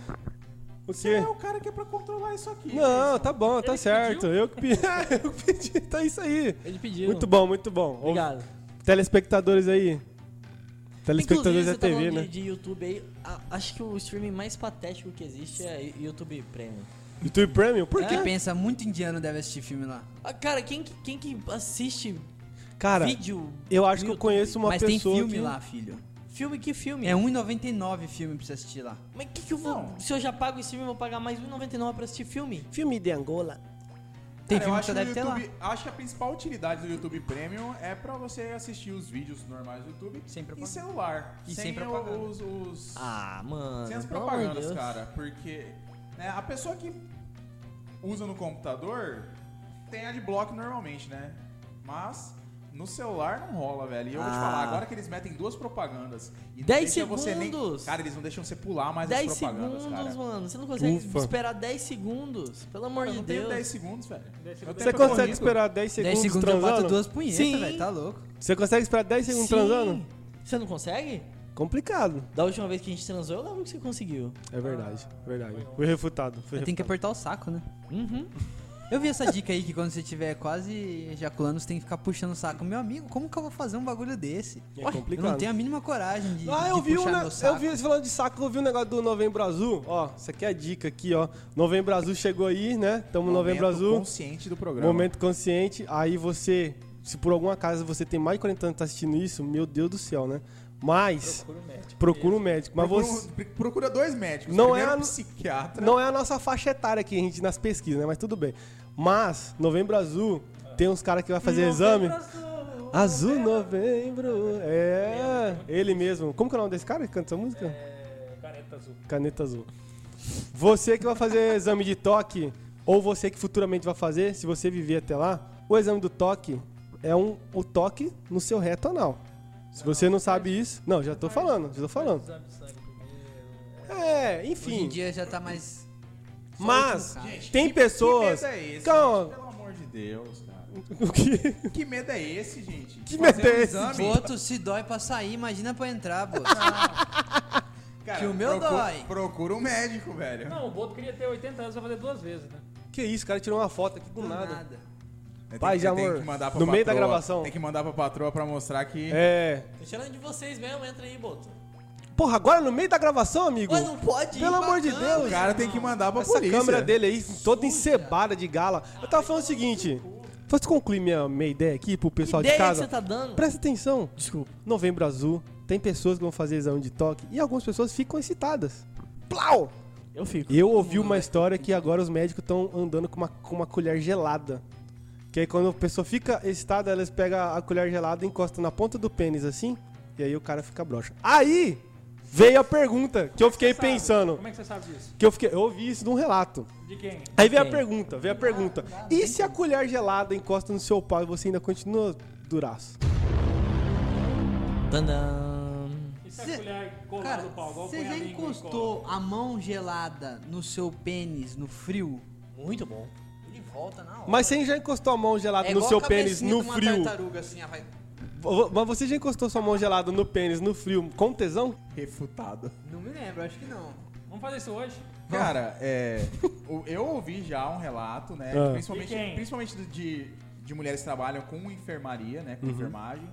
S1: O
S2: Você
S1: quê?
S2: é o cara que é pra controlar isso aqui.
S1: Não, tá bom,
S3: Ele
S1: tá
S3: que
S1: certo.
S3: pediu.
S1: Eu que pedi, eu que pedi, tá isso aí.
S4: Ele pediu.
S1: Muito bom, muito bom. Ô,
S4: Obrigado.
S1: Telespectadores aí.
S4: Inclusive,
S1: Telespectadores da
S4: você tá
S1: TV,
S4: falando
S1: né?
S4: de, de YouTube aí. a- acho que o streaming mais patético que existe é YouTube Premium.
S1: YouTube Premium? Por
S5: Porque
S1: quê?
S5: pensa, muito indiano deve assistir filme lá.
S4: Ah, cara, quem, que- quem que assiste
S1: Cara,
S4: vídeo?
S1: eu
S4: no
S1: acho que eu
S4: YouTube?
S1: conheço uma
S5: Mas tem
S1: pessoa
S5: filme
S1: que...
S5: lá, filho.
S4: Filme que filme?
S5: É 1,99 filme pra você assistir lá.
S4: Mas que que eu vou.
S2: Não.
S4: Se eu já pago esse filme, eu vou pagar mais R$1,99 pra assistir filme?
S1: Filme de Angola.
S5: Tem
S2: Cara, eu
S5: filme que
S2: acho
S5: você deve
S2: o
S5: ter lá.
S2: YouTube- Acho que a principal utilidade do YouTube Premium é pra você assistir os vídeos normais do YouTube
S5: Sem
S2: em
S5: propaganda.
S2: celular.
S5: E sem
S2: o-
S5: propaganda.
S2: Os, os-
S4: Ah, mano.
S2: sem as
S4: pelo amor de
S2: propagandas,
S4: Deus.
S2: cara. Porque né, a pessoa que usa no computador tem adblock normalmente, né? Mas no celular não rola, velho. E eu vou te
S4: Ah.
S2: falar, agora que eles metem duas propagandas... E não
S4: 10
S2: deixa você nem-
S4: segundos.
S2: Cara, eles não deixam você pular mais
S4: 10
S2: as propagandas,
S4: segundos,
S2: cara.
S4: mano. Você não consegue
S1: Ufa.
S4: esperar 10 segundos. Pelo amor
S2: Eu
S4: de
S2: não tenho
S4: Deus.
S2: 10 segundos, velho.
S3: Dez
S2: Eu
S3: segundos.
S2: tenho
S1: Você
S2: que
S1: consegue
S2: corrido.
S1: esperar 10
S5: 10
S1: segundos
S5: segundos eu bato
S1: transando?
S5: duas punhetas,
S4: Sim.
S5: velho. Tá louco.
S1: Você consegue esperar 10 segundos
S4: Sim.
S1: transando?
S4: Você não consegue?
S1: Complicado.
S4: Da última vez que a gente transou, eu lembro que você conseguiu.
S1: É verdade, verdade. Fui refutado. Fui
S5: Tem que
S1: refutado.
S5: apertar o saco, né?
S4: Uhum.
S5: Eu vi essa dica aí que quando você tiver quase ejaculando, você tem que ficar puxando o saco. Meu amigo, como que eu vou fazer um bagulho desse?
S1: É
S5: Ué,
S1: complicado.
S5: Eu não tenho a mínima coragem de,
S1: Ah,
S5: de
S1: eu vi, um,
S5: puxar
S1: ne-
S5: meu
S1: eu
S5: saco.
S1: vi, você falando de saco, eu vi um negócio do Novembro Azul. Ó, isso aqui é a dica aqui, ó. Novembro Azul chegou aí, né? Tamo no Novembro
S2: Momento
S1: Azul.
S2: consciente do programa.
S1: Momento consciente. Aí você, se por algum acaso você tem mais de 40 anos e tá assistindo isso, meu Deus do céu, né? Mas,
S3: Procura o médico.
S1: procura um médico. Mas
S2: procura,
S1: você.
S2: um- procura dois médicos.
S1: Não
S2: Primeiro
S1: é a-
S2: um psiquiatra.
S1: Não é a nossa faixa etária aqui, a gente, nas pesquisas, né? Mas tudo bem. Mas, Novembro Azul, tem uns caras que vai fazer exame. Azul Novembro. É, ele mesmo. Como que é o nome desse cara que canta essa música?
S3: É, Careta azul.
S1: Caneta azul. Você que vai fazer exame de toque, ou você que futuramente vai fazer, se você viver até lá, o exame do toque é um, o toque no seu reto anal. Se você não sabe isso. Não, já tô falando, já tô falando.
S3: Exame de sangue primeiro.
S1: É,
S5: Hoje em
S1: enfim.
S5: dia já tá mais. só
S1: Mas
S5: o último
S2: Gente,
S1: tem
S2: que- que
S1: pessoas.
S2: medo é esse,
S1: Calma.
S2: gente? Pelo amor de Deus, cara.
S1: O que?
S2: Que medo é esse, gente?
S1: Que
S2: Fazer
S1: medo é
S2: um
S1: esse?
S5: cara.
S2: exame?
S5: Boto se dói pra sair, imagina pra entrar, boto.
S2: Cara,
S5: que o meu
S2: procu-
S5: dói.
S2: Procura um médico, velho.
S3: Não, o Boto queria ter 80 anos pra fazer duas vezes, né?
S1: Que isso, o cara tirou uma foto aqui do nada.
S2: Tem-
S1: Paz e
S2: tem
S1: amor.
S2: que mandar pra
S1: No meio da
S2: patroa.
S1: gravação.
S2: Tem que mandar pra patroa pra mostrar que...
S1: É.
S4: Tô tirando de vocês mesmo, entra aí, Boto.
S1: Porra, agora no meio da gravação, amigo?
S4: Ué, não pode?
S1: Pelo amor de
S4: Bacana.
S1: Deus.
S2: O cara tem que mandar pra
S1: Essa
S2: polícia.
S1: câmera dele aí, toda encebada de gala. Eu tava falando o seguinte. Posso concluir minha, minha ideia aqui pro pessoal
S4: Ideia
S1: de casa?
S4: que você tá dando.
S1: Presta atenção.
S4: Desculpa.
S1: Novembro Azul, tem pessoas que vão fazer exame de toque e algumas pessoas ficam excitadas. Plau!
S4: Eu fico.
S1: Eu ouvi uma história que agora os médicos estão andando com uma, com uma colher gelada. Que aí quando a pessoa fica excitada, elas pegam a colher gelada e encostam na ponta do pênis assim, e aí o cara fica broxa. Aí veio a pergunta que eu fiquei
S3: Você sabe.
S1: pensando.
S3: Como é que você sabe disso?
S1: Que eu, fiquei, eu ouvi isso num relato.
S3: De quem?
S1: Aí vem a
S4: Tem.
S1: pergunta, vem a pergunta. E se a colher gelada encosta no seu pau e você ainda continua duraço?
S4: Tadã.
S3: E se
S5: Cê-
S3: a colher colar
S5: Cara,
S3: no pau? Igual
S5: você
S3: põe a
S5: já
S3: língua e
S5: encostou a mão gelada no seu pênis, no frio?
S4: Muito bom.
S5: Ele volta na hora.
S1: Mas você já encostou a mão gelada no
S5: É igual
S1: seu
S5: a
S1: pênis
S5: cabecinha
S1: no
S5: de uma
S1: frio?
S5: tartaruga, assim, ó, vai-
S1: Vo- Mas você já encostou sua mão gelada no pênis no frio com tesão?
S2: Refutado.
S5: Não me lembro, acho que não.
S3: cola? Vamos fazer isso hoje?
S2: Cara, é, o- eu ouvi já um relato, né?
S1: Ah.
S3: De
S2: Principalmente,
S3: quem?
S2: principalmente do- de, de mulheres que trabalham com enfermaria, né?
S1: Uhum.
S2: Com enfermagem.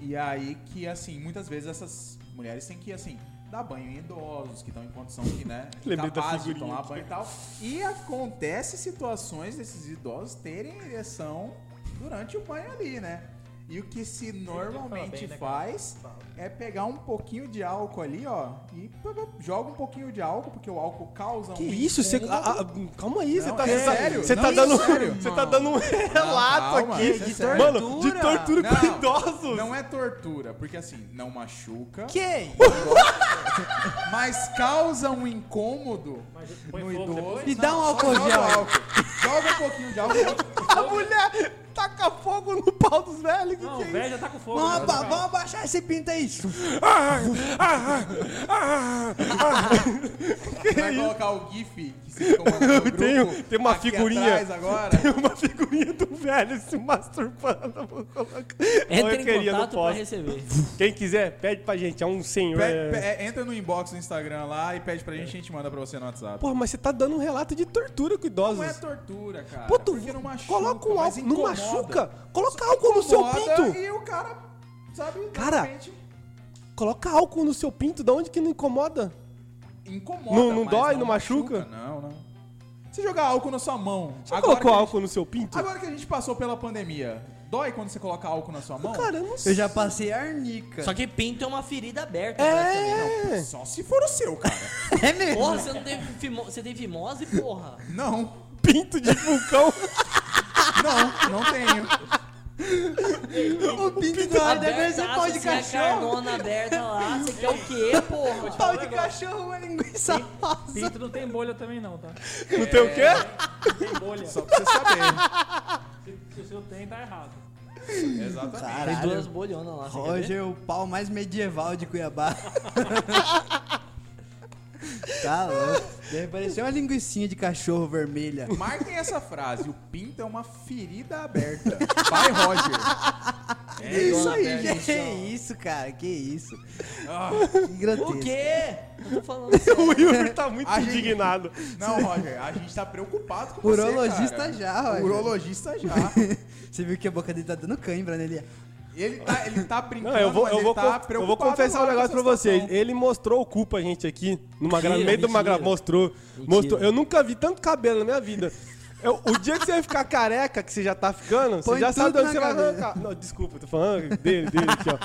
S2: E aí que, assim, muitas vezes essas mulheres têm que, assim, dar banho em idosos que estão em condição que, né?
S1: Lembrei da
S2: capazes de
S1: figurinha
S2: tomar banho e tal. E acontece situações desses idosos terem ereção durante o banho ali, né? E o que se normalmente
S3: bem, né, cara?
S2: faz é pegar um pouquinho de álcool ali, ó, e pá, pá, joga um pouquinho de álcool, porque o álcool causa
S1: Que
S2: um
S1: isso? Você,
S2: incômodo.
S1: ah, ah, calma aí,
S2: Não,
S1: você tá,
S2: é
S1: você tá-
S2: sério,
S1: você
S2: não,
S1: tá
S2: é
S1: dando,
S2: sério.
S1: você tá dando um relato
S2: calma,
S1: aqui.
S2: isso é
S1: de
S2: sério.
S1: tortura. Mano, de tortura com
S2: Não,
S1: idosos.
S2: Não é tortura, porque assim, não machuca,
S1: é
S5: Que?
S2: mas causa um incômodo
S3: Mas põe
S2: no
S3: fogo
S2: idoso.
S3: depois?
S5: Me dá um
S2: Só
S5: álcool
S2: joga
S5: gel.
S2: o álcool. Joga um pouquinho de álcool.
S1: A mulher taca fogo no pau dos velhos. Que
S3: Não,
S1: que
S3: o
S1: é
S3: velho já tá com fogo.
S5: Vamos,
S3: né?
S5: aba- vamos abaixar esse pinto aí.
S2: Vai colocar o GIF que você comandou no
S1: Tem- um-
S2: grupo
S1: tem uma
S2: aqui
S1: figurinha.
S2: atrás agora.
S1: Tem um- uma figurinha do velho se masturbando. eu Vou colocar. Ou
S4: Entra
S1: eu queria,
S4: em
S1: não
S4: contato pra
S1: posso.
S4: receber.
S1: Quem quiser, pede pra gente. É um senhor.
S2: Pe-
S1: é-
S2: pe- entra no inbox do Instagram lá e pede pra gente, a gente manda pra você no WhatsApp.
S1: Porra, mas você tá dando um relato de tortura com idosos.
S2: Não é tortura, cara. tá
S1: Pô, tu
S2: porque não machuca.
S1: coloca um
S2: mas
S1: álcool. Não
S2: incomoda.
S1: machuca? Coloca álcool no seu
S2: Incomoda
S1: pinto.
S2: E o cara, sabe, de
S1: Cara,
S2: repente,
S1: Coloca álcool no seu pinto, da onde que não incomoda?
S2: incomoda.
S1: não- não
S2: mas
S1: dói, não machuca?
S2: Não, não. Você jogar álcool na sua mão.
S1: Você
S2: agora
S1: colocou
S2: que a
S1: álcool no seu pinto?
S2: gente- agora que a gente passou pela pandemia, dói quando você coloca álcool na sua mão?
S1: Cara, eu não sei.
S5: Eu já passei arnica.
S4: Só que pinto é uma ferida aberta. praticamente.
S1: É.
S2: Só se for o seu, cara.
S5: é mesmo.
S4: Porra, você não teve fimo... você tem fimose, porra.
S2: não,
S1: Pinto de vulcão.
S2: não, não tenho.
S5: O pinto do ar deve ser
S4: Abertaça,
S5: pau de
S4: assim, a
S5: cachorro.
S4: carnona aberta lá, você quer o quê, porra?
S5: Pau de cachorro é linguiça rosa.
S3: Pinto não tem bolha também não, tá?
S1: Não tem o quê?
S3: Não tem bolha.
S2: Só pra você saber.
S3: Se, se o seu tem, tá errado.
S2: Exatamente.
S4: Tem duas
S5: Caralho.
S4: bolhonas lá, você quer ver?
S5: Roger, o pau mais medieval de Cuiabá. tá louco. Deve parecer uma linguicinha de cachorro vermelha.
S2: Marquem essa frase. O pinto é uma ferida aberta. Vai, Roger.
S5: É isso
S2: igual
S5: aí,
S2: a
S5: gente. Que
S2: televisão.
S5: isso, cara. Que isso.
S2: Ah,
S5: Que grotesco.
S4: O quê? Eu tô falando sério.
S1: O Yuri tá muito
S2: A gente-
S1: indignado.
S2: Não, Roger, a gente tá preocupado com você,
S5: Urologista
S2: cara.
S5: já, Roger.
S2: Urologista já.
S5: Você viu que a boca dele tá dando cãibra, né? Ele...
S2: Ele tá, ele tá brincando,
S1: Não, eu vou,
S2: mas
S1: eu
S2: ele
S1: vou,
S2: tá
S1: conf-
S2: preocupado.
S1: eu vou confessar um
S2: lá com
S1: negócio
S2: essa
S1: pra vocês.
S2: situação.
S1: Ele mostrou o cu pra gente aqui, numa gra... no
S4: Mentira,
S1: meio de uma gra...
S4: mentira.
S1: mostrou,
S4: Mentira.
S1: mostrou. Eu nunca vi tanto cabelo na minha vida. Eu- o dia que você vai ficar careca, que você já tá ficando, você
S5: Põe
S1: já sabe de
S5: tudo
S1: onde você
S5: na
S1: vai
S5: cabeça.
S1: arrancar. Não, desculpa, eu tô falando dele, dele aqui, ó.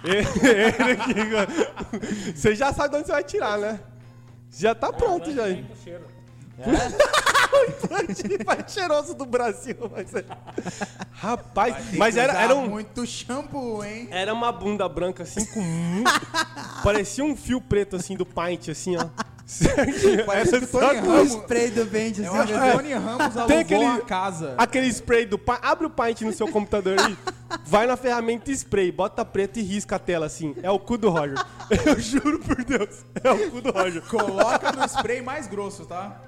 S1: Ele, ele aqui, ó. Você já sabe de onde você vai tirar, né? Já tá pronto, já.
S3: Vem com cheiro.
S1: mais cheiroso do Brasil. Mas é... Rapaz,
S2: Vai ter
S1: mas
S2: que
S1: era,
S2: usar
S1: era um.
S2: muito shampoo, hein?
S1: Era uma bunda branca assim com muito. Parecia um fio preto assim do Paint, assim, ó. Certinho.
S2: Parece
S1: Era
S2: que o Tony
S1: só-
S5: O
S2: Ramos-
S5: spray do Bendy,
S2: Eu
S5: assim,
S2: acho que
S5: ó.
S2: o Tony Ramos alugou
S1: Tem aquele-
S2: a casa.
S1: Aquele spray do Paint. Abre o Paint no seu computador aí. Vai na ferramenta spray, bota preto e risca a tela assim. É o cu do Roger. Eu juro por Deus. É o cu do Roger.
S2: Coloca no spray mais grosso, tá?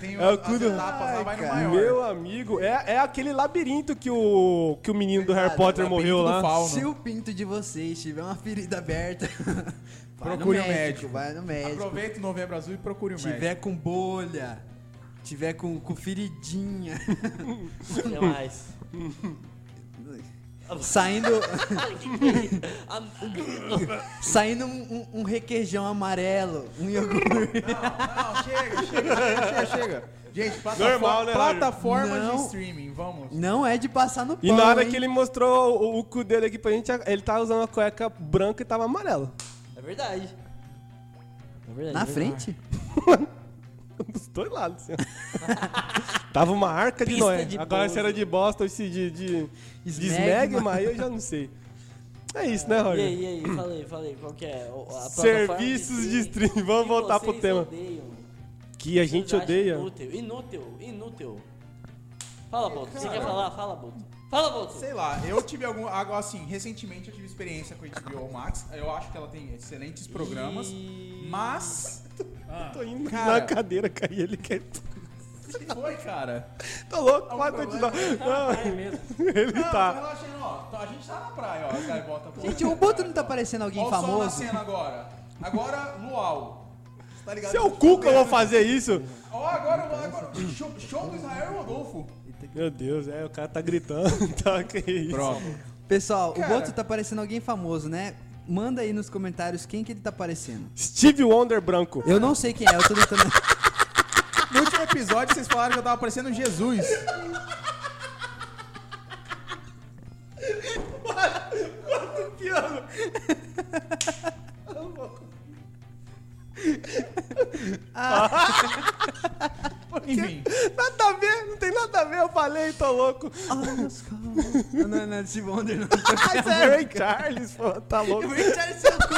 S2: Tem
S1: É o
S2: as
S1: cu do-
S2: etapas lá, vai no maior.
S1: Meu amigo, é, é aquele labirinto que o, que o menino do Harry
S5: Verdade,
S1: Potter
S2: labirinto
S1: morreu
S2: do
S1: lá.
S2: fauno.
S5: Se o pinto de vocês tiver uma ferida aberta, vai
S2: Procure
S5: no
S2: o médico.
S5: Vai no médico.
S2: Aproveita o Novembro Azul e procure o médico.
S5: Tiver com bolha, tiver com, com feridinha,
S4: O que mais?
S5: saindo, saindo um, um- um requeijão amarelo, um iogurte.
S2: Não, chega, chega, chega, chega, chega. Gente, plataforma,
S1: Normal, né, Roger?
S2: plataforma de
S5: Não.
S2: streaming, vamos.
S5: Não é de passar no pão,
S1: E na hora
S5: hein?
S1: que ele mostrou o, o cu dele aqui pra gente, ele tava usando uma cueca branca e tava amarelo.
S4: É verdade. É verdade.
S5: Na
S4: é verdade.
S5: frente?
S1: Dos dois lados, assim. ó. Tava uma arca de
S4: Pista
S1: Noé.
S4: de
S1: Agora
S4: pouso.
S1: se era de bosta ou se de, de, de
S5: Smegma.
S1: smegma, aí eu já não sei. É isso, né,
S4: E
S1: Roger?
S4: aí, e aí, falei, falei, qual que é? O- a plataforma
S1: Serviços de streaming, vamos
S4: que
S1: voltar pro
S4: vocês
S1: tema.
S4: odeiam,
S1: Que a
S4: que
S1: gente
S4: vocês acham
S1: odeia.
S4: Inútil, inútil, inútil. Fala, Boto, você quer falar? Fala, Boto. Fala, Boto.
S2: Sei lá, eu tive algum. Agora, assim, recentemente eu tive experiência com a HBO Max. Eu acho que ela tem excelentes programas.
S4: E-
S2: Mas.
S3: Ah,
S1: Tô indo
S2: Cara.
S1: na cadeira, caí ele quer.
S2: que foi, cara?
S1: Tô louco,
S2: Algum
S1: pode continuar.
S3: um tá,
S1: Não,
S3: é mesmo.
S1: ele
S2: Não, tô
S1: tá.
S2: relaxando, ó. Tá- A gente tá na praia, ó. Os caras botam a bola
S5: Gente,
S2: na
S5: o Boto
S2: praia,
S5: não tá
S2: ó.
S5: parecendo alguém
S2: Ó o sol
S5: famoso?
S2: nascendo agora. Agora, luau. Você Tá ligado?
S1: Se é o cu que eu vou fazer isso.
S2: Ó, agora, agora show, show do Israel e Rodolfo.
S1: Meu Deus, é, o cara tá gritando. Tá, que isso.
S5: Pessoal,
S2: Cara.
S5: o Boto tá parecendo alguém famoso, né? Manda aí nos comentários quem que ele tá parecendo.
S1: Steve Wonder branco.
S5: Eu não sei quem é, eu tô tentando...
S2: No último episódio, vocês falaram que eu tava parecendo Jesus. Enfim,
S1: Nada a ver, não tem nada a ver, eu falei, tô louco.
S5: não, não, não, esse Wonder não.
S1: Ah, isso é Ray Charles, pô, tá louco.
S5: Richard, seu cu.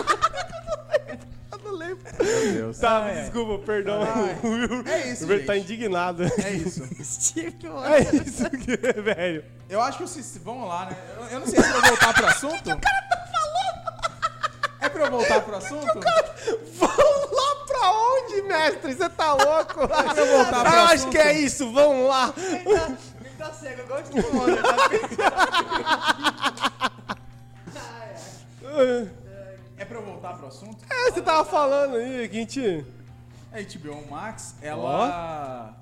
S1: Eu não lembro.
S2: meu Deus.
S1: Tá,
S2: Ah, é.
S1: desculpa, perdão.
S2: Ah,
S1: O Will-
S2: É isso,
S1: o Will tá
S2: gente.
S1: indignado.
S2: É isso.
S5: Steve Wonder.
S1: É isso que velho.
S2: Eu acho que vocês vão lá, né? Eu, eu não sei se eu vou voltar pro assunto. O cara tá falando. É pra eu voltar pro assunto?
S1: Vão lá pra onde, mestre? Você tá louco?
S2: eu voltar pro
S1: Ah, acho
S2: assunto.
S1: que é isso, vamos lá.
S5: Ele tá, ele tá cego, igual o Steve Wonder. Tá
S2: É pra eu voltar pro assunto?
S1: É, você tava falando aí, gente.
S2: A HBO Max, ela.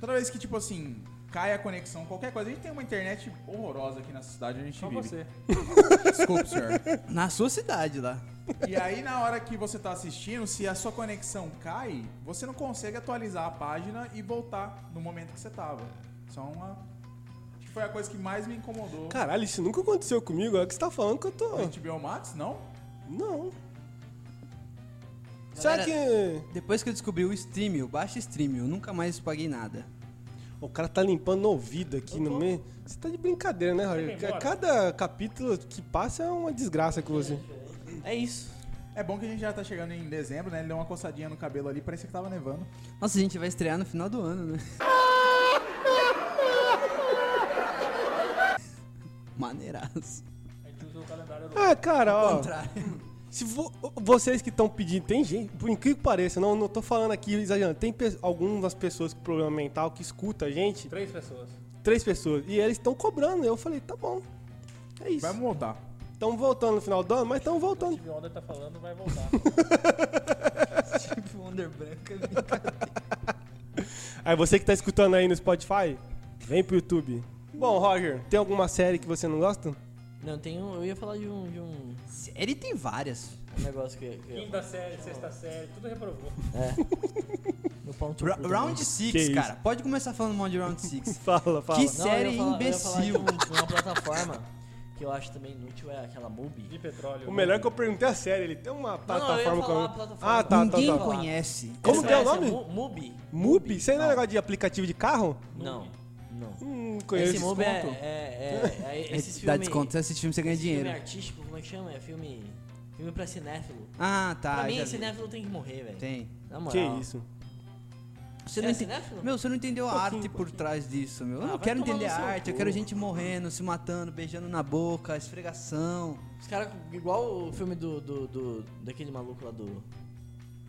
S2: Toda vez que, tipo assim, cai a conexão, qualquer coisa, a gente tem uma internet horrorosa aqui nessa cidade onde a gente
S3: Só
S2: vive.
S3: você.
S2: Desculpa, senhor.
S5: Na sua cidade lá.
S2: E aí, na hora que você tá assistindo, se a sua conexão cai, você não consegue atualizar a página e voltar no momento que você tava. Isso é uma. Acho que foi a coisa que mais me incomodou.
S1: Caralho, isso nunca aconteceu comigo. É o que você tá falando que eu tô.
S2: A HBO Max, não?
S1: Não. Será
S5: Galera-
S1: que.
S5: Depois que eu descobri o stream, o baixo stream, eu nunca mais paguei nada.
S1: O cara tá limpando o ouvido aqui no meio. Você tá de brincadeira, né,
S3: Vai
S1: Roger?
S3: embora.
S1: Cada capítulo que passa é uma desgraça com você.
S4: É isso.
S2: É bom que a gente já tá chegando em dezembro, né? Ele deu uma coçadinha no cabelo ali, parecia que tava nevando.
S5: Nossa, a gente vai estrear no final do ano, né? Maneiraço.
S3: A gente usa o calendário do.
S1: Ah, cara, ó.
S5: Contrário.
S1: Se vo- vocês que estão pedindo, tem gente, por incrível que pareça, não, não tô falando aqui exagerando, tem pe- algumas pessoas com problema mental que escuta a gente,
S3: Três pessoas.
S1: três pessoas, e eles estão cobrando. Eu falei, tá bom. É isso.
S2: Vai voltar.
S1: Estão voltando no final do ano, mas estão
S3: O
S1: voltando.
S3: Steve Wonder tá falando, vai voltar.
S5: tipo Wonder Branca.
S1: Aí você que tá escutando aí no Spotify, vem pro YouTube. Bom, Roger, tem alguma série que você não gosta?
S4: Não, tem um. Eu ia falar de um. De um,
S5: Série tem várias.
S4: um negócio que. que eu-
S3: Quinta série, sexta série, tudo reprovou.
S4: é. No pau no teu
S5: Ra-
S4: cu também.
S5: Tipo, round
S1: Que é
S5: 6,
S1: isso?
S5: cara. Pode começar falando mal de Round 6.
S1: Fala, fala.
S5: Que série
S4: eu ia falar- eu ia falar de
S5: imbecil.
S4: um- de uma plataforma que eu acho também inútil é aquela
S3: De
S4: Mubi.
S3: petróleo.
S1: O melhor é que eu perguntei a série, ele tem uma plataforma
S4: falar a
S1: com.
S4: plataforma.
S1: Ah, tá, tá,
S5: Ninguém
S1: tá.
S5: conhece.
S1: Como
S4: Essa-
S1: que é o
S4: essa
S1: nome?
S4: Mu- Mubi.
S1: Mubi? Isso aí não é negócio de aplicativo de carro?
S4: Não, não.
S1: Hum,
S4: Esse
S1: conheço.
S4: Mubi é,
S5: desconto?
S4: é, é, é esses
S5: Dá
S4: filmes...
S5: desconto, você assiste filme, você ganha
S4: esse filme
S5: dinheiro.
S4: artístico, como é que chama? É filme... Filme pra cinéfilo.
S5: Ah, tá.
S4: pra
S5: já
S4: mim,
S5: vi.
S4: cinéfilo tem que morrer, velho.
S5: Tem.
S4: Na é moral.
S1: Que isso?
S5: Você
S4: Você
S5: não
S4: é
S5: entende...
S4: cinéfilo?
S5: Meu, você não entendeu a
S1: Pouquinho,
S5: arte por
S1: pouquinho.
S5: trás disso, meu. Eu
S4: Ah,
S5: não
S4: vai
S5: quero
S4: tomar no
S5: entender a
S4: seu
S5: arte, eu
S4: cu.
S5: quero gente morrendo, se matando, beijando na boca, esfregação.
S4: Os caras, igual o filme do, do, do- Daquele maluco lá do...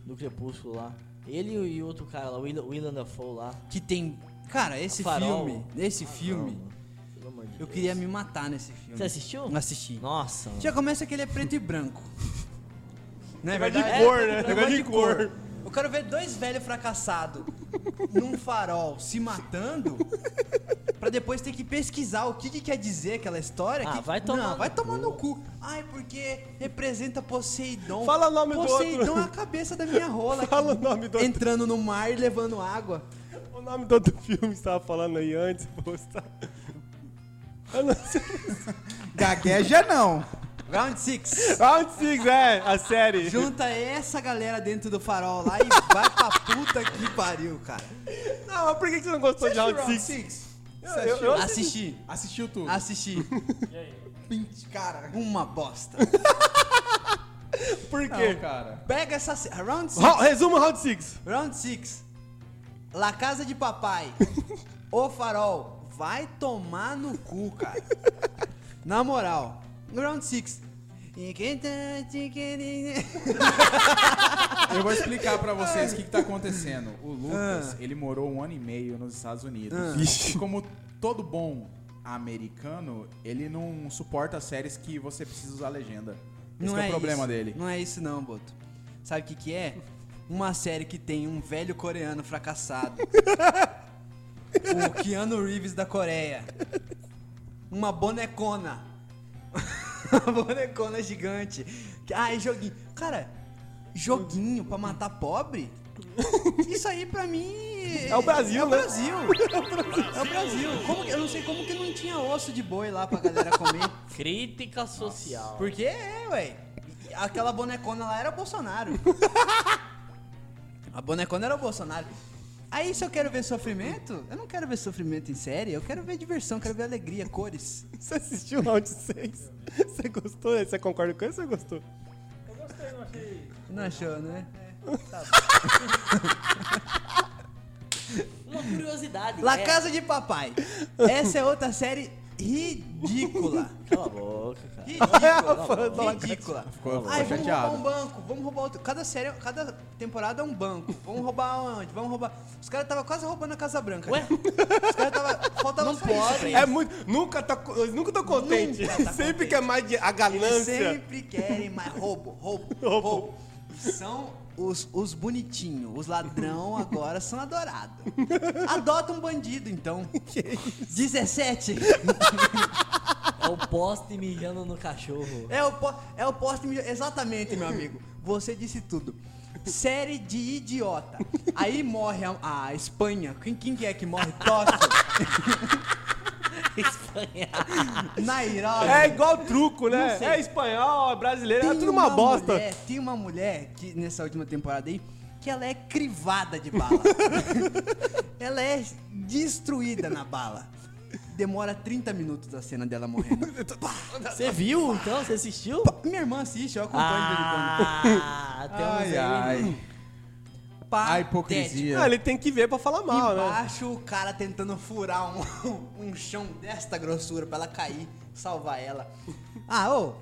S4: Do Crepúsculo lá. Ele e o outro cara lá, o Will- Willem Dafoe lá.
S5: Que tem. Cara, esse
S4: Farol.
S5: filme. Esse filme.
S4: Não, mano. Pelo amor de
S5: Eu
S4: Deus.
S5: queria me matar nesse filme.
S4: Você assistiu?
S5: Não assisti.
S4: Nossa, mano.
S5: Já começa que ele é preto e branco. Não é
S1: Negócio de
S5: verdade?
S1: cor,
S5: É,
S1: né?
S5: preto e branco,
S1: Negócio de cor.
S5: Eu quero ver dois velhos fracassados num farol se matando pra depois ter que pesquisar o que, que quer dizer aquela história.
S4: Ah,
S5: que-
S4: vai tomar
S5: Não,
S4: no
S5: vai tomar
S4: cu.
S5: no cu. Ai, porque representa Poseidon.
S1: Fala o nome do outro.
S5: Poseidon é a cabeça da minha rola. que-
S1: Fala o nome do outro.
S5: Entrando no mar e levando água.
S1: O nome do outro filme que você tava falando aí antes, posta. Eu não sei.
S2: Gagueja não.
S5: Round 6.
S1: Round Six, é, a série.
S5: Junta essa galera dentro do farol lá e vai pra puta que pariu, cara.
S1: Não, mas por que que você não gostou de Round Six? Eu- eu- eu
S5: Assisti,
S2: Assistiu tudo.
S5: assisti.
S3: E aí?
S2: Assisti, cara.
S5: Uma bosta.
S1: Por quê?
S2: Não, cara.
S5: Pega essa. se- Round 6.
S1: Ra- Resumo Round Six.
S5: Round 6. La Casa de Papai. o Farol. Vai tomar no cu, cara. Na moral. Round 6.
S2: Eu vou explicar pra vocês o que, que tá acontecendo. O Lucas, ele morou um ano e meio nos Estados Unidos.
S5: Ah.
S2: E como todo bom americano, ele não suporta séries que você precisa usar legenda. Esse que é, o problema
S5: isso.
S2: dele.
S5: Não é isso não, Boto. Sabe o que que é? Uma série que tem um velho coreano fracassado. o Keanu Reeves da Coreia. Uma bonecona. Uma bonecona gigante. Ah, e joguinho. Cara, joguinho pra matar pobre? Isso aí pra mim...
S1: É o Brasil,
S5: é o
S1: né?
S5: Brasil. É o Brasil. Como que- eu não sei como que não tinha osso de boi lá pra galera comer.
S4: Crítica social.
S5: Porque é, ué. E Aquela bonecona lá era o Bolsonaro. A bonecona era o Bolsonaro. Aí se eu quero ver sofrimento, eu não quero ver sofrimento em série, eu quero ver diversão, quero ver alegria, cores.
S1: Você assistiu Round Six? Você gostou? né? Você concorda com isso ou você gostou?
S3: Eu gostei, não achei.
S5: Não achou, né?
S4: Uma curiosidade.
S5: La
S4: é-
S5: Casa de Papai. Essa é outra série ridícula.
S4: Cala a boca, cara.
S5: Ridícula. ridícula.
S2: Ficou
S5: Ai, vamos
S2: chateado.
S5: roubar um banco, vamos roubar outro. Cada série, cada temporada é um banco. Vamos roubar onde? Vamos roubar. Os caras estavam quase roubando a Casa Branca. né?
S4: Ué?
S5: Os caras tava. Faltava
S4: Não
S5: só isso
S4: pode.
S5: pra eles.
S1: É muito. Nunca tá. co- Eu nunca tô contente.
S5: Nunca tá
S1: Sempre
S5: contente.
S1: que é mais de, a
S5: Eles
S1: ganância.
S5: sempre querem mais roubo, roubo,
S1: Roubo.
S5: roubo. E São os, os bonitinhos, os ladrão agora são adorados. Adota um bandido, então. 17
S4: É o poste mijando no cachorro.
S5: é o, po- é o poste. milho- Exatamente, meu amigo. Você disse tudo. Série de idiota. Aí morre a, a Espanha. Quem, quem que é que morre? Tóquio,
S4: Espanha.
S5: Nairobi.
S1: É igual truco,
S5: Não
S1: né?
S5: sei.
S1: É espanhol, é brasileiro, é
S5: Tem
S1: tudo uma bosta.
S5: mulher- tem uma mulher que nessa última temporada aí que ela é crivada de bala. ela é destruída na bala. Demora 30 minutos a cena dela morrendo. Pá!
S4: Você viu então? Você assistiu?
S5: Pá! Minha irmã assiste, eu acompanho de vez em quando.
S4: Ah, temos
S2: Ai,
S4: aí.
S2: ai. A hipocrisia.
S1: Ah, ele tem que ver pra falar mal, né?
S5: Embaixo o cara tentando furar um, um chão desta grossura pra ela cair, salvar ela. Ah, ô!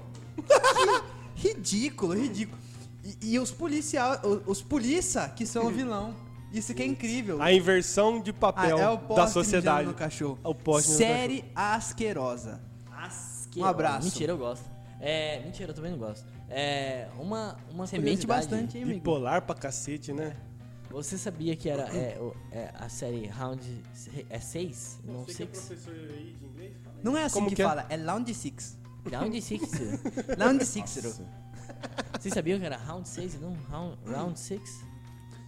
S5: que ridículo, ridículo. E, e os policial, o- os, polícia que são o vilão. Isso que é incrível.
S1: A inversão de
S5: Ah,
S1: papel
S5: é
S1: da
S5: o poste mijando
S1: sociedade.
S5: no cachorro.
S1: É o poste mijando no
S5: Série asquerosa.
S4: Mentira,
S5: Um abraço.
S4: Mentira, eu gosto. É, mentira, eu também não gosto. É, uma, uma
S5: Você
S4: curiosidade.
S5: mente bastante, hein, amigo?
S1: Bipolar pra cacete, né?
S4: Você sabia que era é, o- é, a série Round se- é 6?
S1: Você
S4: Não
S1: que é
S4: 6.
S1: professor aí de inglês, fala
S5: Não é assim
S1: Como
S5: que,
S1: que é?
S5: fala, é Round 6.
S4: Round 6.
S5: Round 6.
S4: Vocês sabiam que era Round 6 e não Round 6? Round six?
S1: aí.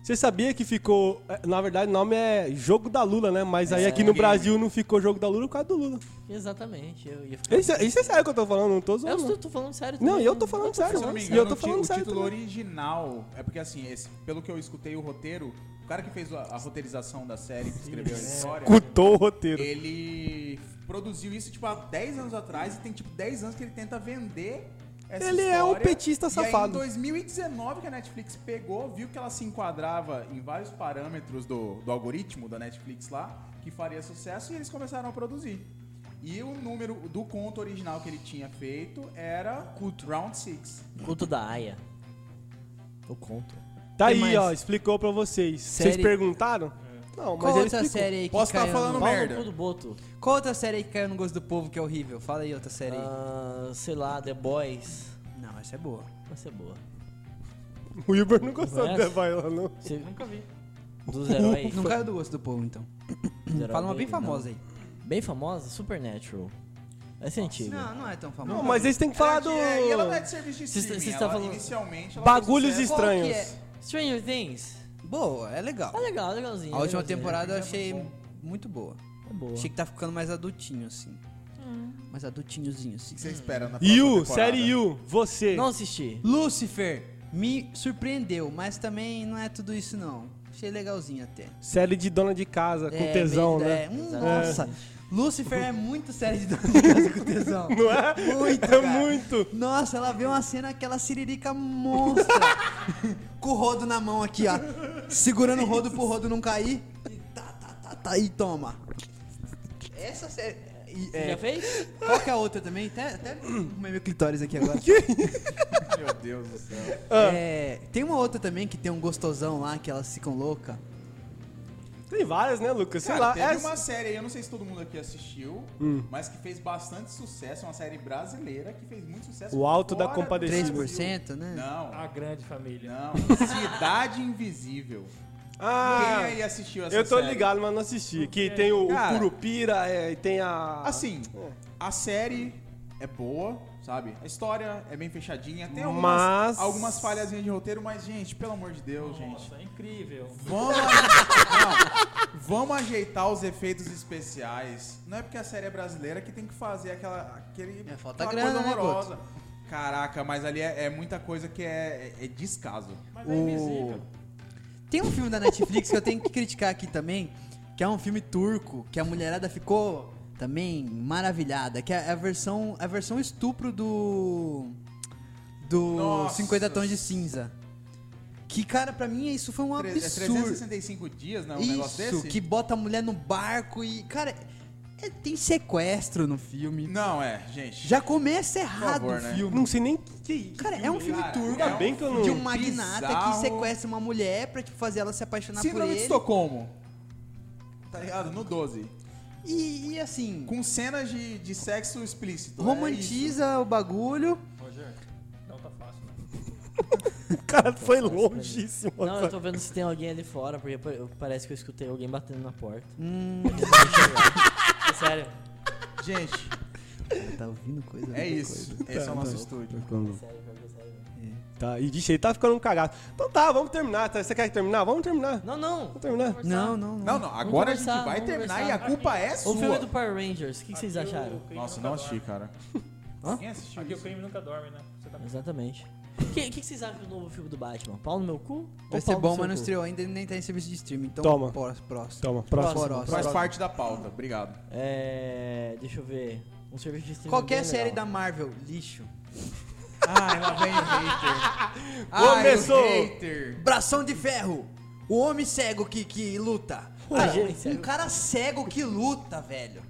S1: Você sabia que ficou. é, Na verdade, o nome é Jogo da Lula, né? Mas aí
S4: É,
S1: aqui no
S2: game.
S1: Brasil não ficou Jogo da Lula por causa do Lula.
S4: Exatamente. Eu ia ficar...
S1: Isso é isso é sério que eu tô falando, não tô
S4: Eu
S1: zoando.
S4: tô, tô falando sério.
S1: Não,
S4: também.
S1: eu tô falando
S4: Ah,
S1: sério.
S2: Se eu não me
S1: E
S2: engano,
S1: eu tô
S2: o ti-
S1: falando
S2: o
S1: sério
S2: título
S1: também.
S2: original. É porque assim, esse- pelo que eu escutei o roteiro, o cara que fez a, a roteirização da série, que escreveu a história,
S1: Cutou o roteiro.
S2: ele produziu isso tipo há 10 anos atrás e tem tipo 10 anos que ele tenta vender essa
S1: Ele é um
S2: história.
S1: petista
S2: E aí,
S1: safado.
S2: em 2019 que a Netflix pegou, viu que ela se enquadrava em vários parâmetros do, do algoritmo da Netflix lá, que faria sucesso e eles começaram a produzir. E o número do conto original que ele tinha feito era Cult Round 6.
S4: Culto da Aya. Eu conto.
S1: Tá
S5: Tem
S1: aí,
S5: mais?
S1: ó, explicou pra vocês. Vocês
S5: Série-
S1: perguntaram? Não, mas
S5: Qual
S1: ele
S5: outra
S1: explicou.
S5: série aí que
S2: Posso tá
S5: caiu
S2: falando
S5: no...
S4: Pau no
S2: merda.
S4: cu do Boto.
S5: Qual outra série aí que caiu no gosto do povo que é horrível? Fala aí outra série aí.
S4: Ah, sei lá, The Boys.
S5: Não, essa é boa.
S4: Vai ser boa.
S1: O Wilber não gostou do
S4: Conhece?
S1: The Viola, não.
S4: Você-
S3: Nunca vi.
S4: Dos heróis.
S5: Não caiu do gosto do povo, então.
S4: dos heróis
S5: Fala uma bem
S4: dele,
S5: famosa aí.
S4: não. Bem famosa? Supernatural. Essa é antiga.
S5: Não, não é tão famosa.
S1: Não, mas eles têm que falar do.
S2: Ela que- é, e ela não é de serviço de
S4: Cês-
S2: streaming.
S4: cês
S2: ela,
S4: tá falando-
S2: Inicialmente, ela
S1: Bagulhos
S2: fez sucesso.
S5: Qual que
S1: estranhos.
S5: é?
S4: Stranger Things.
S5: Boa, é legal.
S4: Ah, legal, legalzinho.
S5: A última
S4: legalzinho.
S5: temporada eu achei
S2: muito
S5: muito boa.
S4: É boa.
S5: Achei que tá ficando mais adultinho, assim. Mais adultinhozinho,
S2: O
S5: assim.
S2: que você espera na próxima
S1: You,
S2: temporada?
S1: série You, você.
S4: Não assisti.
S5: Lucifer me surpreendeu, mas também não é tudo isso, não. Achei legalzinho até.
S1: Série de dona de casa, com
S5: É,
S1: tesão,
S5: bem-
S1: né?
S5: é, hum,
S4: Exatamente.
S5: nossa, Lucifer é muito série de dona de casa com tesão.
S1: Não é?
S5: Muito,
S1: É
S5: cara.
S1: muito.
S5: Nossa, ela vê uma cena, aquela siririca monstra. com o rodo na mão aqui, ó. Segurando o rodo pro rodo não cair. E tá, tá, tá, tá. E toma. Essa série... e,
S4: Você
S5: é,
S4: já fez?
S5: Qual que é a outra também? Até, até arrumei meu clitóris aqui agora.
S2: Meu Deus do céu.
S1: Ah.
S5: É, tem uma outra também que tem um gostosão lá, que elas ficam loucas.
S1: Tem várias, né, Lucas? Sei
S2: Cara,
S1: lá.
S2: teve
S1: essa-
S2: uma série aí, eu não sei se todo mundo aqui assistiu,
S1: Hum.
S2: mas que fez bastante sucesso, é uma série brasileira que fez muito sucesso.
S1: O Alto da
S2: fora do
S1: Compadecida.
S2: Brasil.
S5: 3%, né?
S3: A
S2: Não,
S3: Grande Família.
S2: não. Cidade Invisível. Quem
S1: Ah,
S2: aí assistiu essa série?
S1: eu tô ligado, mas não assisti. Que
S3: Porque,
S1: tem o, o
S2: cara-
S1: Curupira, é, e tem a.
S2: Assim, a série é boa, sabe? A história é bem fechadinha. Tem algumas,
S1: Mas-
S2: algumas falhazinhas de roteiro, mas, gente, pelo amor de Deus, gente.
S3: Nossa, é incrível.
S2: Vamos, aje- Não, vamos ajeitar os efeitos especiais. Não é porque a série é brasileira que tem que fazer aquela, aquele,
S5: É, falta
S2: aquela
S5: grana, né,
S2: Caraca, mas ali é, é muita coisa que é, é- é descaso.
S3: Mas é
S5: O...
S3: invisível.
S5: Tem um filme da Netflix que eu tenho que criticar aqui também, que é um filme turco, que a mulherada ficou também maravilhada, que é a versão, a versão estupro do do
S2: Nossa.
S5: 50 tons de cinza. Que cara, pra mim isso foi um
S2: Tre- é
S5: absurdo.
S2: 365 dias, né? Um negócio
S5: Isso,
S2: desse?
S5: que bota a mulher no barco e. Cara, é- tem sequestro no filme.
S2: Não, é, gente.
S5: Já começa errado
S2: favor,
S5: o
S2: né?
S5: filme.
S1: Não sei nem que. que-
S5: Cara, é um filme
S2: Cara,
S5: turco.
S1: Ainda bem que eu não.
S5: De um magnata
S2: bizarro.
S5: que sequestra uma mulher pra tipo, fazer ela se apaixonar
S2: Síndrome
S5: por
S2: de
S5: ele.
S2: Estocolmo. Tá ligado? No 12.
S5: E, e, assim,
S2: Com cenas de, de sexo explícito. é isso.
S5: romantiza o bagulho.
S3: Roger, não tá fácil, né?
S1: O cara foi longíssimo.
S4: Não, eu
S1: agora.
S4: tô vendo se tem alguém ali fora, porque pa- eu- parece que eu escutei alguém batendo na porta.
S5: Hum,
S4: É Sério.
S2: Gente,
S5: tá ouvindo coisa. Tá,
S2: é
S5: muita
S2: isso. Esse é o nosso estúdio.
S4: Sério, sério, sério.
S1: Tá, e vixe, ele tá ficando um cagado. Então tá, vamos terminar. tá? Você quer terminar? Vamos terminar.
S4: Não, não.
S1: Vamos terminar.
S5: coisa. Não, não, não.
S2: Não, não, agora a gente
S4: conversar,
S2: vai
S4: vamos
S2: terminar e
S4: conversar.
S2: a culpa é
S4: O filme do
S2: sua.
S4: Power Rangers, o que, que vocês
S3: Aqui o
S4: acharam?
S3: crime
S2: Nossa,
S3: nunca
S2: não
S3: dorme.
S2: assisti, cara. Quem assistiu
S3: Aqui o
S2: isso?
S3: crime nunca dorme, né? Você tá
S4: Exatamente. O que, que que vocês acham do novo filme do Batman? Pau no meu cu?
S5: Vai
S4: ou
S5: ser
S4: pau no
S5: bom,
S4: seu
S5: mas não
S4: cu?
S5: estreou ainda e nem tá em serviço de streaming. Então,
S1: Toma.
S5: pró- próximo.
S1: Toma, próximo.
S5: Próximo.
S2: Faz parte da pauta, obrigado.
S4: É. Deixa eu ver. Um serviço de streaming
S5: Qualquer
S4: bem
S5: é série da
S4: legal.
S5: Marvel, lixo.
S2: Ai, lá vem o hater.
S1: Começou.
S2: Ai, o hater.
S5: Bração de ferro. O homem cego que, que luta.
S4: Ué,
S5: Cara,
S4: gente,
S5: um cara cego que luta, velho.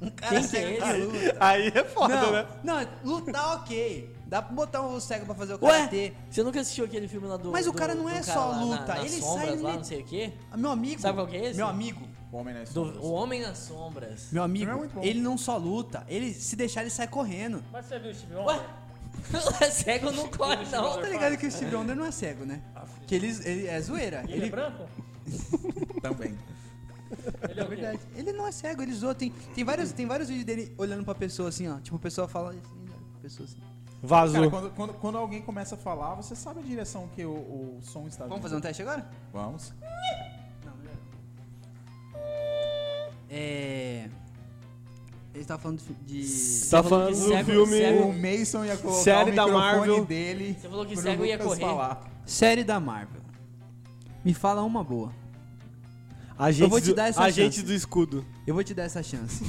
S5: Um cara
S4: Quem que é
S5: cego
S4: ele?
S5: luta.
S1: Aí é foda,
S5: Não,
S1: né?
S5: não, lutar ok. Dá pra botar o cego pra fazer o
S4: Ué,
S5: karatê.
S4: você nunca assistiu aquele filme lá do.
S5: Mas o
S4: do-
S5: cara não
S4: do
S5: é
S4: cara
S5: só
S4: lá na-
S5: luta,
S4: nas
S5: ele
S4: sombras
S5: sai no
S4: lá,
S5: meio-
S4: não sei o quê.
S5: Ah, Meu amigo.
S4: Sabe qual que é esse?
S5: Meu amigo.
S2: O homem é nas
S4: Do-
S2: sombras.
S4: o Homem nas Sombras.
S2: Isso
S5: Meu amigo,
S2: não é muito bom.
S5: ele não só luta, ele se deixar ele sai correndo.
S3: Mas você viu o Steve
S4: Ué, É
S3: Wonder?
S4: cego não corre,
S5: Você
S4: não.
S5: tá ligado que o Steve Wonder não é cego, né? Que ele, ele é zoeira.
S3: E ele, é
S5: Ele,
S3: branco?
S2: Também.
S3: Ele é o quê?
S5: verdade. Ele não é cego, ele zoa. Tem, tem, vários, tem vários vídeos dele olhando pra pessoa assim, ó. Tipo, a pessoa fala assim, ele olha pra pessoa assim.
S1: Vazou. Tá
S2: Cara, quando, quando, quando alguém começa a falar, você sabe a direção que o, o som está
S5: Vamos fazer um
S2: vindo.
S5: teste agora?
S2: Vamos.
S5: É. Ele tá falando de- de.
S1: Tá
S4: Você
S1: falando
S4: que
S1: do
S4: cego-
S1: filme-
S4: cego-
S2: O Mason ia colocar
S1: Série
S2: o
S1: da
S2: microfone
S1: Marvel.
S2: dele
S4: Você falou que
S2: pro
S4: cego ia
S2: Lucas
S4: correr.
S2: falar.
S5: Série da Marvel. Me fala uma boa.
S1: Agentes,
S5: vou te
S1: do-
S5: dar essa
S1: Agentes
S5: chance.
S1: do escudo.
S5: Eu vou te dar essa chance.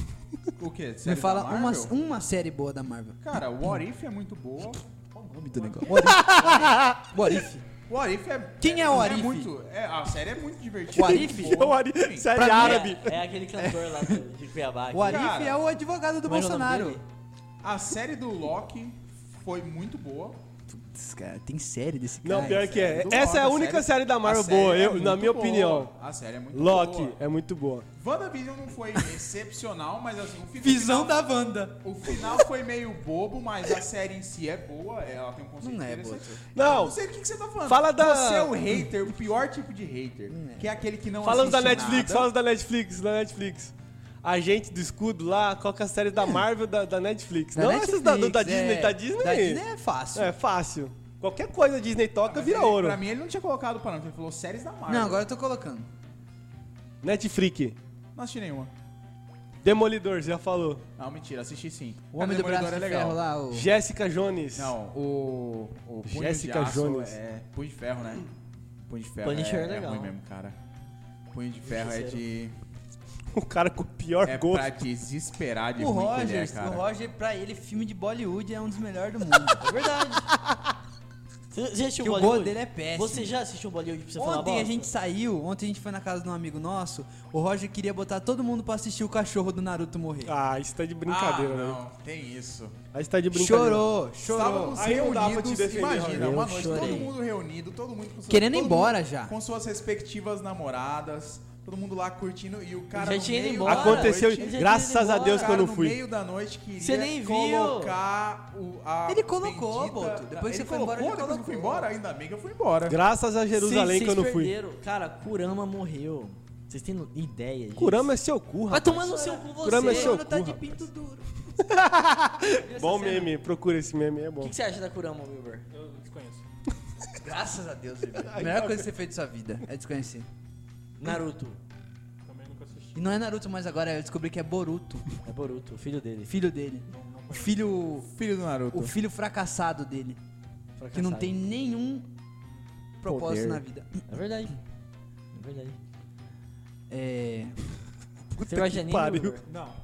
S2: O quê?
S5: Me
S2: Série
S5: fala
S2: da
S5: uma,
S2: Marvel?
S1: um-
S5: uma série boa da Marvel.
S2: Cara, o What If é muito boa.
S5: Qual o nome do negócio? What If. What If.
S2: O What If é...
S5: Quem é o What If?
S2: muito, é, a série é muito divertida.
S5: What If?
S2: Muito boa.
S1: O Ari-
S2: Enfim,
S1: Série
S5: Pra mim é-
S1: árabe.
S4: É, é aquele cantor lá do- de Cuiabá.
S5: O
S4: que-
S5: Arif
S2: Cara.
S5: é o advogado do
S4: Como é que é o nome
S5: Bolsonaro.
S4: dele?
S2: A série do Loki foi muito boa.
S5: Putz, cara, tem série desse cara.
S1: Não, pior que
S2: É
S1: é.
S2: do
S1: Essa é a
S2: Loki,
S1: única série da Marvel
S2: a série
S1: boa,
S2: é
S1: eu, na
S2: muito
S1: minha
S2: boa.
S1: opinião.
S2: A série é muito
S1: Loki
S2: boa.
S1: é muito boa.
S2: WandaVision não foi excepcional, mas assim, o fi-
S5: Visão
S2: o
S5: da
S2: final,
S5: Wanda.
S2: O final foi meio bobo, mas a série em si é boa. Ela tem um conceito
S5: Não é
S2: interessante.
S5: boa.
S2: Eu
S1: Não,
S2: Não sei do que, que você tá falando.
S1: Fala da-
S2: Você é o hater, o pior tipo de hater. Que é aquele que não
S1: falando da
S2: assiste
S1: Netflix,
S2: nada.
S1: falando da Netflix, da Netflix. Agente do escudo lá, qual que é a série da Marvel da, da Netflix? não essas da, da
S5: Netflix,
S1: Disney,
S5: é.
S1: da Disney.
S5: Da Disney é fácil.
S1: É fácil. Qualquer coisa Disney toca
S2: Mas
S1: vira
S2: ele-
S1: ouro.
S2: Pra mim, ele não tinha colocado o parâmetro. Ele falou séries da Marvel.
S5: Não, agora eu tô colocando.
S1: Netflix.
S2: Não assisti nenhuma.
S1: Demolidor, já falou.
S2: Não, mentira, assisti sim.
S5: O
S2: Cara,
S5: Homem do Braço
S2: Demolidor
S5: de
S2: é legal.
S5: Ferro lá, o...
S1: Jéssica Jones.
S2: Não, o. o Punho
S1: Jessica
S2: de aço
S1: Jones.
S2: É. Punho de ferro, né? Punho de ferro.
S4: Punisher
S2: é,
S4: é legal.
S2: ruim mesmo, cara. Punho de ferro é de.
S1: O cara com o pior
S2: É
S1: gosto.
S2: pra desesperar de
S5: O
S2: ruim que ele é,
S5: Rogers,
S2: cara.
S5: o Roger, pra ele, filme de Bollywood é um dos melhores do mundo.
S4: É verdade. Você já assistiu
S5: Porque o gol
S4: Bollywood?
S5: dele é péssimo.
S4: Você já assistiu Bollywood pra você falar
S5: Ontem a
S4: bosta?
S5: gente saiu, ontem a gente foi na casa de um amigo nosso, o Roger queria botar todo mundo pra assistir o cachorro do Naruto morrer.
S1: Ah, isso tá de brincadeira,
S2: ah,
S1: né?
S2: não, tem isso.
S1: Aí isso tá de brincadeira.
S5: Chorou, chorou.
S2: Estávamos
S1: Aí não dá pra te
S2: reunidos,
S1: defender,
S2: imagina,
S1: Rogério.
S2: uma
S4: Eu
S2: noite, todo
S4: chorei.
S2: mundo reunido, todo mundo com suas,
S5: Querendo ir
S2: todo
S5: embora
S2: mundo
S5: já.
S2: Com suas respectivas namoradas, todo mundo lá curtindo e o cara
S4: Já
S2: no
S4: tinha ido
S2: meio
S4: embora.
S2: da
S1: Aconteceu,
S2: noite-
S4: Gente,
S1: graças a
S4: embora.
S1: Deus que eu
S2: cara
S1: não
S2: no
S1: fui.
S2: meio da noite queria
S4: Você nem viu.
S2: colocar o, a
S5: Ele colocou,
S2: bendita-
S5: Boto. Depois que
S2: ele
S5: você foi embora, ele
S2: colocou, depois que eu fui
S5: colocou.
S2: embora, ainda bem que eu fui embora.
S1: Graças a Jerusalém
S4: Vocês-
S1: que eu não
S4: vocês
S1: fui.
S4: perderam. Cara, Kurama morreu. Vocês têm no- ideia disso?
S1: Kurama é seu cu,
S4: Vai
S1: rapaz.
S4: tomar no seu cu você.
S1: Kurama é seu
S4: Mano,
S1: cu,
S4: tá de
S1: rapaz.
S4: pinto duro.
S1: Bom meme, procura esse meme, é
S4: O
S1: bom.
S4: que, que você acha da Kurama, Wilber?
S3: Eu desconheço.
S5: Graças a Deus, Ribeiro. A
S3: tá
S5: melhor coisa que você fez de sua vida é desconhecer.
S4: Naruto.
S3: Também nunca assisti.
S5: E não é Naruto mais agora, eu descobri que é Boruto,
S4: É Boruto, o filho dele.
S5: filho dele. O filho.
S2: Filho do Naruto.
S5: O filho fracassado dele. Que não
S4: Fracassado.
S5: tem nenhum
S2: Poder.
S5: propósito na vida.
S4: É verdade. É verdade.
S5: É.
S4: Você gosta de anime,
S1: pariu.
S4: Wilber?
S3: Não.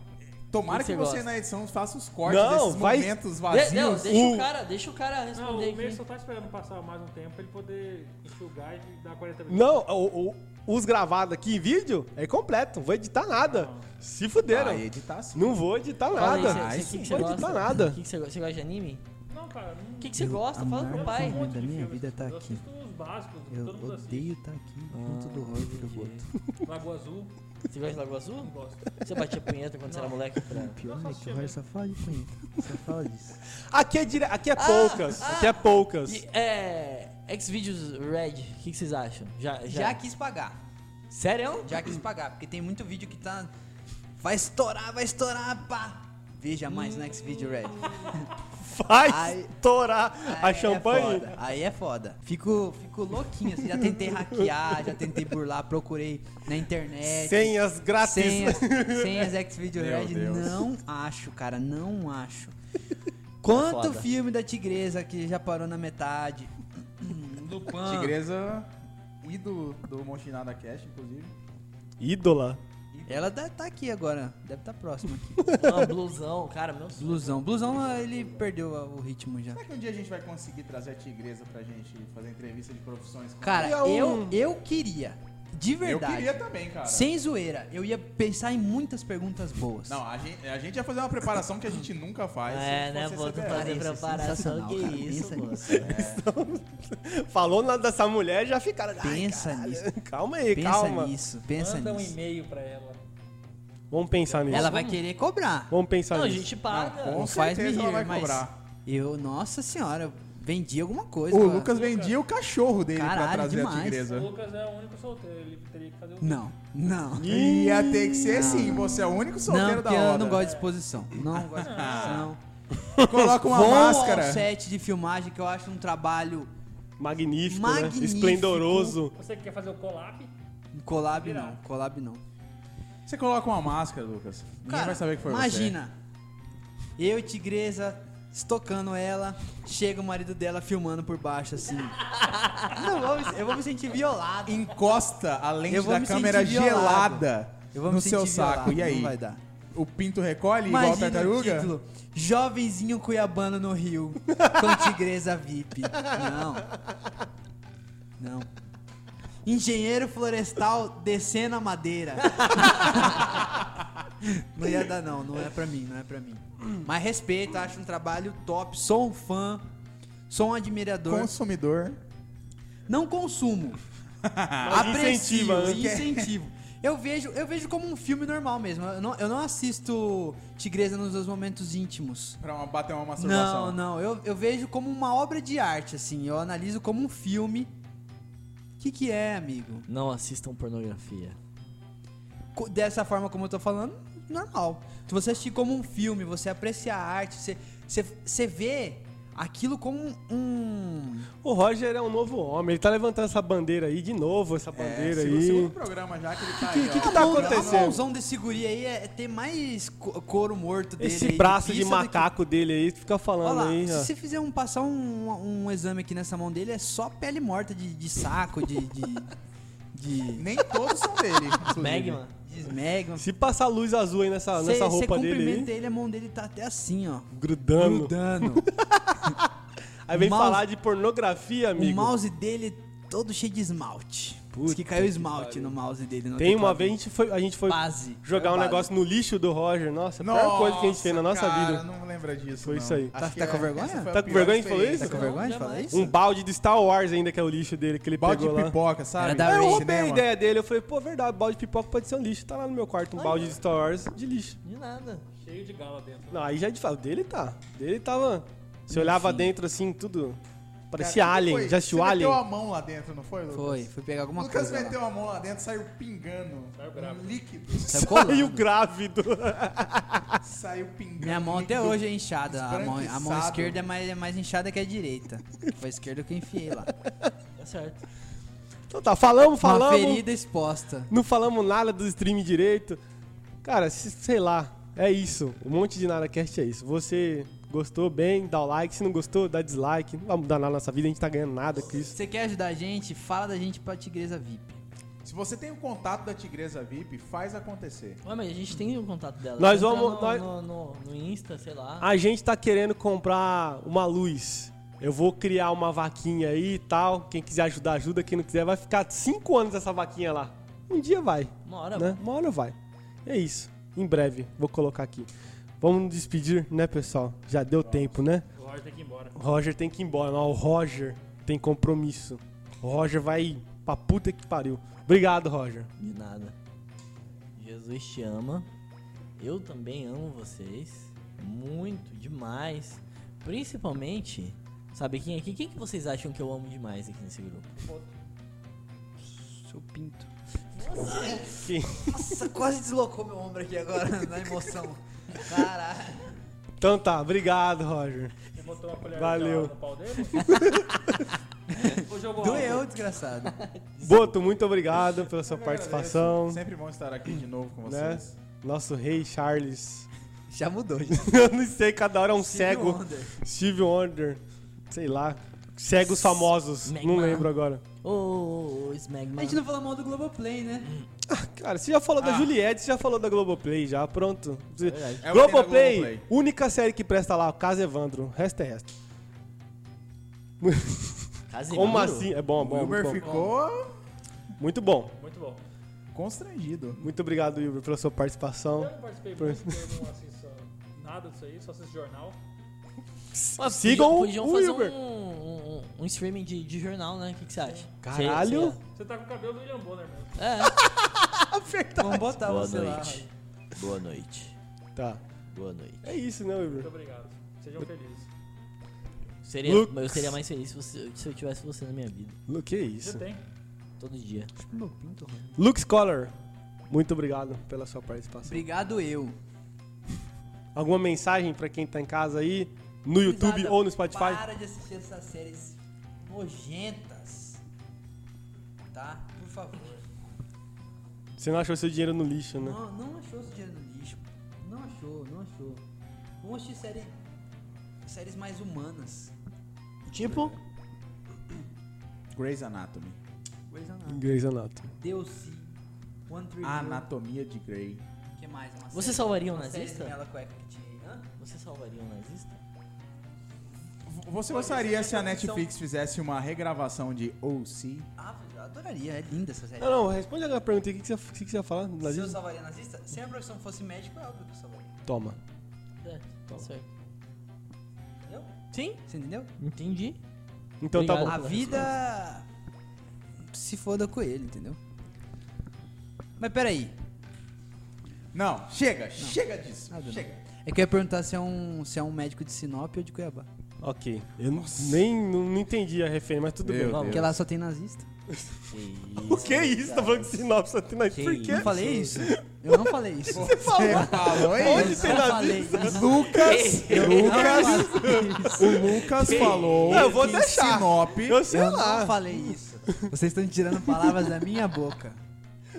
S2: Tomara
S4: O que
S2: que
S4: você
S2: você
S4: gosta?
S2: na edição faça os cortes
S1: Não,
S2: desses
S1: faz-
S2: momentos
S4: De, não,
S2: vazios. Ah,
S4: deixa
S1: O-
S4: o cara, deixa o cara
S3: Não,
S4: responder
S3: o
S4: aqui.
S3: Meio só tá esperando passar mais um tempo pra ele poder enxugar e dar 40 minutos.
S1: Não, o- o- os gravados aqui em vídeo é completo, não vou editar nada. Se fuderam.
S2: Ah, editar sim.
S1: Não vou
S3: tá
S1: editar
S4: Fala aí,
S1: nada.
S4: cê-
S2: Ai,
S4: cê- que que
S1: sim.
S4: você
S1: Não
S4: gosta?
S1: tá nada.
S4: O que, que você gosta? Você gosta de anime?
S3: Não, cara. Não...
S4: O que, que você gosta? Fala pro
S5: amava
S4: pai.
S5: muito. Da
S3: de
S5: minha
S3: filme.
S5: vida tá
S3: Eu
S5: aqui.
S3: assisto os básicos,
S5: Eu
S3: todo mundo Ah,
S5: odeio estar aqui junto do Roger do Boto.
S3: assiste. Lagoa Azul,
S4: Você gosta de Lagoa Azul?
S3: não gosto.
S4: Você batia punheta quando você era moleque? pra-
S5: Pior
S3: só
S5: é que o Roger só fala de punheta. Só fala disso.
S1: Aqui é, dire... aqui é
S5: Ah,
S1: poucas, aqui é poucas.
S4: E, é. Xvideos Red, o que, que vocês acham? Já, já.
S5: Já quis pagar.
S4: Sério?
S5: Já quis pagar, porque tem muito vídeo que tá. Vai estourar, vai estourar, pá! Veja mais no Xvideo Red.
S1: Vai
S5: Ai.
S1: estourar
S5: Aí
S1: a
S5: é
S1: champanhe.
S5: foda, aí é foda. Fico, fico louquinho, assim, já tentei hackear, já tentei burlar, procurei na internet.
S1: Senhas grátis.
S5: Senhas, senhas Xvideo
S2: Meu
S5: Red,
S2: Deus.
S5: não acho, cara, não acho. Quanto
S4: foda.
S5: filme da Tigresa que já parou na metade? Lupin.
S2: Tigresa e do, do Montinada Cash, inclusive.
S1: Ídola.
S5: Ela deve tá aqui agora, deve estar tá próxima aqui.
S4: Uma blusão, cara, meu sonho.
S5: Blusão. Blusão, ele perdeu o ritmo já.
S2: Será que um dia a gente vai conseguir trazer a Tigresa pra gente fazer entrevista de profissões? com
S5: Cara,
S1: E é um-
S5: eu, eu queria. De
S2: Eu
S5: verdade.
S2: queria também, cara.
S5: Sem zoeira, eu ia pensar em muitas perguntas boas.
S2: Não, a gente, a gente ia fazer uma preparação que a gente nunca faz.
S4: é,
S2: se
S4: né,
S2: fosse
S4: pô, tu
S2: CBF.
S4: fazer
S5: Cara, isso é
S4: preparação, que
S5: sensacional, cara,
S4: isso,
S5: pensa
S4: pô.
S1: Falou nada dessa mulher, já ficaram. "Ai,
S5: Pensa
S1: caralho."
S5: nisso.
S1: Calma aí,
S5: pensa
S1: calma.
S5: nisso, pensa
S3: Manda um
S5: nisso.
S3: e-mail pra ela.
S1: Vamos pensar nisso.
S5: Ela vai querer cobrar.
S1: Vamos pensar
S4: Não, a
S1: nisso.
S4: gente
S2: Não,
S4: paga.
S2: com
S5: Não faz
S2: certeza
S5: me
S2: ela vai
S5: rir, mas-
S2: cobrar.
S5: Eu, nossa senhora, eu vendi alguma coisa.
S2: O
S5: cara.
S2: Lucas vendia o cachorro dele pra
S5: Caralho,
S2: trazer a
S5: demais.
S3: O
S2: tigresa.
S3: Lucas é o único solteiro, ele teria que fazer o
S5: Não, não.
S2: Ia ter que ser sim, você é o único solteiro
S5: não,
S2: da
S5: porque
S2: roda.
S5: eu não gosto de exposição. Não gosto de exposição.
S2: Coloca Tá uma
S5: Vão
S2: máscara.
S5: ao set de filmagem que eu acho um trabalho
S1: Magnífico,
S5: Magnífico.
S1: né? Esplendoroso.
S3: Você que quer fazer o collab?
S5: collab
S3: Virar.
S5: não, collab não.
S2: Você coloca uma máscara, Lucas. Ninguém
S5: Cara,
S2: vai saber que foi
S5: imagina. Eu e Tigresa estocando ela, chega o marido dela filmando por baixo assim. Não, eu vou me- eu vou me sentir violado.
S2: você. Encosta a lente
S5: Eu vou
S2: da
S5: me
S2: câmera
S5: sentir violado.
S2: gelada
S5: Eu vou
S2: no
S5: me sentir
S2: seu saco.
S5: violado,
S2: E aí?
S5: Não vai dar.
S2: O pinto recolhe igual a
S5: Imagina o
S2: tartaruga?
S5: título. Jovenzinho cuiabano no Rio, com tigresa VIP. Não. Não. Engenheiro florestal descendo a madeira. não ia dar não, não é pra mim, não é pra mim. Mas respeito, acho um trabalho top, sou um fã, sou um admirador.
S2: Consumidor.
S5: Não consumo,
S1: Mas
S5: aprecio,
S1: incentiva, né?
S5: incentivo. Eu vejo, eu vejo como um filme normal mesmo. Eu não, eu não assisto Tigresa nos meus momentos íntimos.
S2: Pra uma- bater uma masturbação.
S5: Não, não. Eu, eu vejo como uma obra de arte, assim. Eu analiso como um filme. O que, que é, amigo?
S4: Não assistam pornografia.
S5: Co- Dessa forma como eu tô falando, normal. Se você assistir como um filme, você aprecia a arte, você, você, você vê aquilo como um.
S1: O Roger é um novo homem. Ele tá levantando essa bandeira aí de novo, essa
S2: É,
S1: bandeira
S2: segu- segundo
S1: aí.
S2: programa já que ele tá
S1: Que-
S2: aí,
S1: que-
S2: ó.
S1: que tá
S5: A mão-
S1: acontecendo?
S5: A mãozão desse guri aí é, é ter mais co- couro morto dele. aí
S1: Esse
S5: de
S1: braço de
S5: pizza do é né, que-
S1: macaco dele aí, tu fica falando
S5: Olha lá,
S1: aí,
S5: se
S1: ó.
S5: você fizer um passar um, um exame aqui nessa mão dele, é só pele morta de, de saco, de. de, de
S2: Nem todos são dele. inclusive.
S1: é
S4: Megman.
S5: de esmegma,
S1: Se passar luz azul aí nessa,
S5: Cê-
S1: nessa
S5: cê
S1: roupa dele aí,
S5: cumprimenta ele, a mão dele tá até assim, ó.
S1: grudando.
S5: Grudando.
S1: Aí vem
S5: O mouse-
S1: falar de pornografia,
S5: o
S1: amigo.
S5: mouse dele todo cheio de esmalte. Diz que caiu esmalte no mouse dele. no
S1: Tem uma
S5: teclado.
S1: vez a gente foi, a gente foi
S5: Base.
S1: jogar um
S5: Base.
S1: negócio no lixo do Roger. Nossa, a pior coisa que a gente fez na nossa
S2: cara,
S1: vida.
S2: não lembra disso.
S1: Foi
S2: não.
S1: isso aí.
S2: Acho
S5: Tá-
S2: que
S5: tá com
S2: é-
S5: vergonha?
S2: essa foi a
S1: Tá com
S2: pior
S1: vergonha de falar
S2: experiência.
S5: Tá com
S1: isso?
S5: vergonha de
S4: Não,
S5: falar
S4: jamais.
S5: isso?
S1: Um balde do Star Wars ainda, que é o lixo dele, que ele
S2: Balde
S1: pegou
S2: de
S1: lá.
S2: pipoca, né, sabe?
S5: Era da
S1: Aí eu
S5: Ray.
S1: roubei a
S2: Cinema.
S1: ideia dele. Eu falei, pô, verdade, balde de pipoca pode ser um lixo. Tá lá no meu quarto, um balde de Star Wars de lixo.
S4: De nada.
S3: Cheio de gala dentro.
S1: Não, aí já é de fato. Dele tá. Dele tava. Você olhava dentro assim, tudo. Parecia
S2: Cara,
S1: Alien.
S2: foi-
S1: Já assistiu
S2: Você
S1: Alien?
S2: meteu a mão lá dentro, não foi, Lucas?
S5: Foi, foi pegar alguma
S2: Lucas
S5: coisa. lá.
S2: meteu a mão lá dentro, saiu pingando.
S3: Saiu grávido.
S2: um líquido.
S5: Saiu
S1: Saiu
S5: Tá colando.
S1: grávido.
S2: saiu pingando.
S5: Minha mão até
S2: líquido.
S5: hoje é inchada. A mão, a mão
S2: Esbranquiçado.
S5: esquerda é mais, é mais inchada que a direita. Foi a esquerda que eu enfiei lá.
S4: Tá certo.
S1: Então tá, falamos,
S5: Uma
S1: falamos.
S5: ferida exposta.
S1: Não falamos nada do stream direito. Cara, se- sei lá. É isso. Um monte de NadaCast é isso. Você gostou bem, dá o like. Se não gostou, dá dislike. Não vai mudar nada na nossa vida, a gente tá ganhando nada com
S5: Se
S1: isso.
S5: você quer ajudar a gente, fala da gente pra Tigresa VIP.
S2: Se você tem o contato da Tigresa VIP, faz acontecer.
S4: Ué, mas a gente tem o contato dela.
S1: Nós
S4: Entra
S1: vamos-
S4: No,
S1: nós-
S4: No, no- no Insta, sei lá.
S1: A gente tá querendo comprar uma luz. Eu vou criar uma vaquinha aí e tal. Quem quiser ajudar, ajuda. Quem não quiser, vai ficar cinco anos essa vaquinha lá. Um dia vai.
S4: Uma hora.
S1: né? Uma hora vai. É isso. Em breve, vou colocar aqui. Vamos nos despedir, né, pessoal? Já deu tempo, né?
S3: O Roger tem que ir embora.
S1: O Roger tem que ir embora. Não, o Roger tem compromisso. O Roger vai pra puta que pariu. Obrigado, Roger.
S4: De nada. Jesus te ama. Eu também amo vocês. Muito, demais. Principalmente, sabe quem é aqui? Quem que vocês acham que eu amo demais aqui nesse grupo?
S5: Seu pinto.
S1: Que-
S5: Nossa, quase deslocou meu ombro aqui agora, na emoção. Caralho.
S1: Então tá, obrigado, Roger.
S3: Você botou uma colher
S1: Valeu.
S3: de gala no pau dele? Ou jogou
S5: Doeu,
S3: álcool?
S5: desgraçado.
S1: Boto, muito obrigado pela sua
S2: Eu
S1: participação.
S2: agradeço. Sempre bom estar aqui de novo com
S1: Né?
S2: vocês.
S1: Nosso rei Charles.
S5: Já mudou, gente.
S1: Eu não sei, cada hora é um cego.
S5: Wonder.
S1: Steve Wonder. Sei lá. Cegos famosos. Não
S4: Magma.
S1: lembro agora.
S4: Ô, ô, ô, Smegma.
S5: A gente não falou mal do Globoplay, né?
S1: Cara, você já falou da
S2: Ah.
S1: Juliette, você já falou da Globoplay, já, pronto.
S4: verdade.
S2: É o que tem na
S1: Globoplay,
S2: Globoplay.
S1: única série que presta lá, o caso Evandro, o resto é resto.
S4: Casemiro.
S1: Como assim? É bom, é
S2: O
S1: bom. muito
S2: Uber
S1: bom.
S2: ficou.
S1: Muito bom.
S3: Muito bom.
S2: Constrangido.
S1: Muito obrigado, Wilber, pela sua
S3: Eu
S1: participação.
S3: não participei
S1: Por-
S3: muito, porque eu não assisto nada disso aí, só assisto jornal.
S4: Mas
S1: Sigam
S4: podiam,
S1: o
S4: podiam fazer
S1: Wilber.
S4: um, um- um streaming de, de jornal, né? O que, que você acha? É,
S1: Caralho.
S4: Sei-
S3: Você tá com o cabelo do William Bonner mesmo.
S4: sei lá.
S5: Vamos botar
S4: Boa
S5: você
S4: noite.
S5: lá.
S4: É. Boa noite.
S1: Tá.
S4: Boa noite.
S1: É isso, né,
S3: Muito
S1: Wilber?
S3: obrigado. Sejam felizes.
S4: Seria,
S1: Lux.
S4: eu seria mais feliz se, você- se eu tivesse você na minha vida.
S1: Lu- Que
S3: Você
S1: isso.
S3: tem.
S4: Todo dia.
S5: Tipo, Meu pinto, mano.
S1: Luke Scholar, muito obrigado pela sua participação.
S5: Obrigado eu.
S1: Alguma mensagem pra quem tá em casa aí, no YouTube
S5: Cuidado,
S1: ou no Spotify?
S5: Para de assistir essas séries nojentas. Tá? Por favor.
S1: Né? Você não achou seu dinheiro no lixo, né?
S5: Não, não achou esse dinheiro no lixo. Não achou, não achou. Vamos assistir série, séries mais humanas.
S4: Tipo?
S2: Grey's Anatomy.
S5: Grey's Anatomy.
S1: Grey's Anatomy.
S5: DLC. One Tree Hill.
S2: Anatomia de Grey.
S5: que mais? Uma
S4: Ah, Você
S5: série-
S4: salvaria um
S5: uma série
S4: nazista?
S5: com Ela cueca que te... Hã?
S4: Você salvaria um nazista?
S2: V- Você gostaria
S5: é
S2: se a Netflix fizesse uma regravação de OC?
S5: Ah, eu adoraria. É linda essa série.
S1: Não, não, responde aquela pergunta aí. O que, que, você, o que, que você ia falar?
S5: Se eu
S1: Nazista?
S5: salvaria nazista, se a profissão fosse médico, é óbvio que eu salvaria.
S1: Toma.
S4: É, tá certo.
S5: Entendeu?
S4: Sim,
S5: Você entendeu?
S4: entendi.
S1: Então tá
S4: Obrigado.
S1: bom.
S5: A vida se foda com ele, entendeu? Mas peraí.
S2: Não, chega, chega disso.
S5: Nada não.
S2: chega.
S5: É que eu ia perguntar se é um, se é um médico de Sinop ou de Cuiabá.
S1: Ok. Eu não- nem não, não entendi a refém, mas tudo
S2: Meu
S1: bem.
S2: Deus.
S5: Porque lá só tem nazista.
S4: Que
S1: O que é isso? Tá falando que sinal só tem nazista?
S4: Que
S1: Por quê?
S5: Eu não falei isso. Eu não falei isso.
S1: Você falou.
S2: Você falou
S1: Onde
S2: isso?
S1: tem
S5: Eu falei
S1: nazista?
S5: isso.
S1: Lucas. Lucas.
S2: O Lucas falou
S1: Eu vou
S2: que
S1: deixar.
S2: Sinop...
S1: Eu sei
S5: eu
S1: lá.
S5: não falei isso. Vocês estão tirando palavras da minha boca.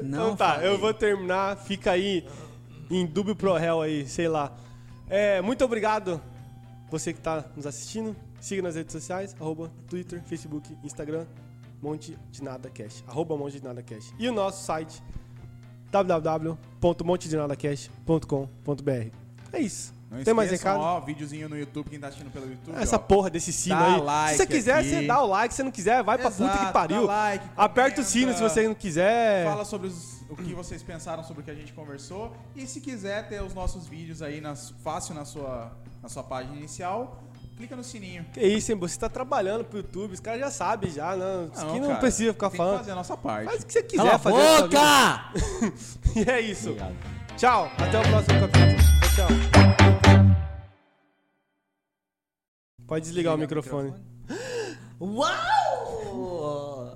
S5: Não
S1: então tá,
S5: falei.
S1: eu vou terminar. Fica aí em dúbio pro réu aí, sei lá. É, muito obrigado você que tá nos assistindo. Siga nas redes sociais, arroba Twitter, Facebook, Instagram, Monte de Nada Cash. Arroba Monte de Nada Cash. E o nosso site, www.montedinadacash.com.br. É isso.
S2: Não
S1: Tem mais
S2: esqueçam,
S1: recado?
S2: Ó, videozinho no YouTube, quem tá assistindo pelo YouTube.
S1: é Essa
S2: ó.
S1: porra desse sino
S2: Dá
S1: aí.
S2: like
S1: se você quiser,
S2: aqui.
S1: você dá o like. Se você não quiser, vai pra puta
S2: Exato,
S1: que pariu.
S2: dá like,
S1: Aperta o sino
S2: comenta.
S1: se você não é. quiser.
S2: Fala sobre os- o que vocês pensaram sobre o que a gente conversou. E se quiser ter os nossos vídeos aí nas- fácil na sua, na sua página inicial, clica no sininho.
S1: Que isso, hein? Você tá trabalhando pro YouTube, os caras já sabem já, né? Os que não
S2: cara,
S1: precisa ficar
S2: tem Que
S1: falando.
S2: fazer a nossa parte.
S1: Faz o que você quiser
S4: Cala a
S1: fazer. na sua
S4: boca!
S1: vida. E é isso. Tchau. Até o próximo capítulo. Tchau. Pode desligar o microfone.
S4: Uau!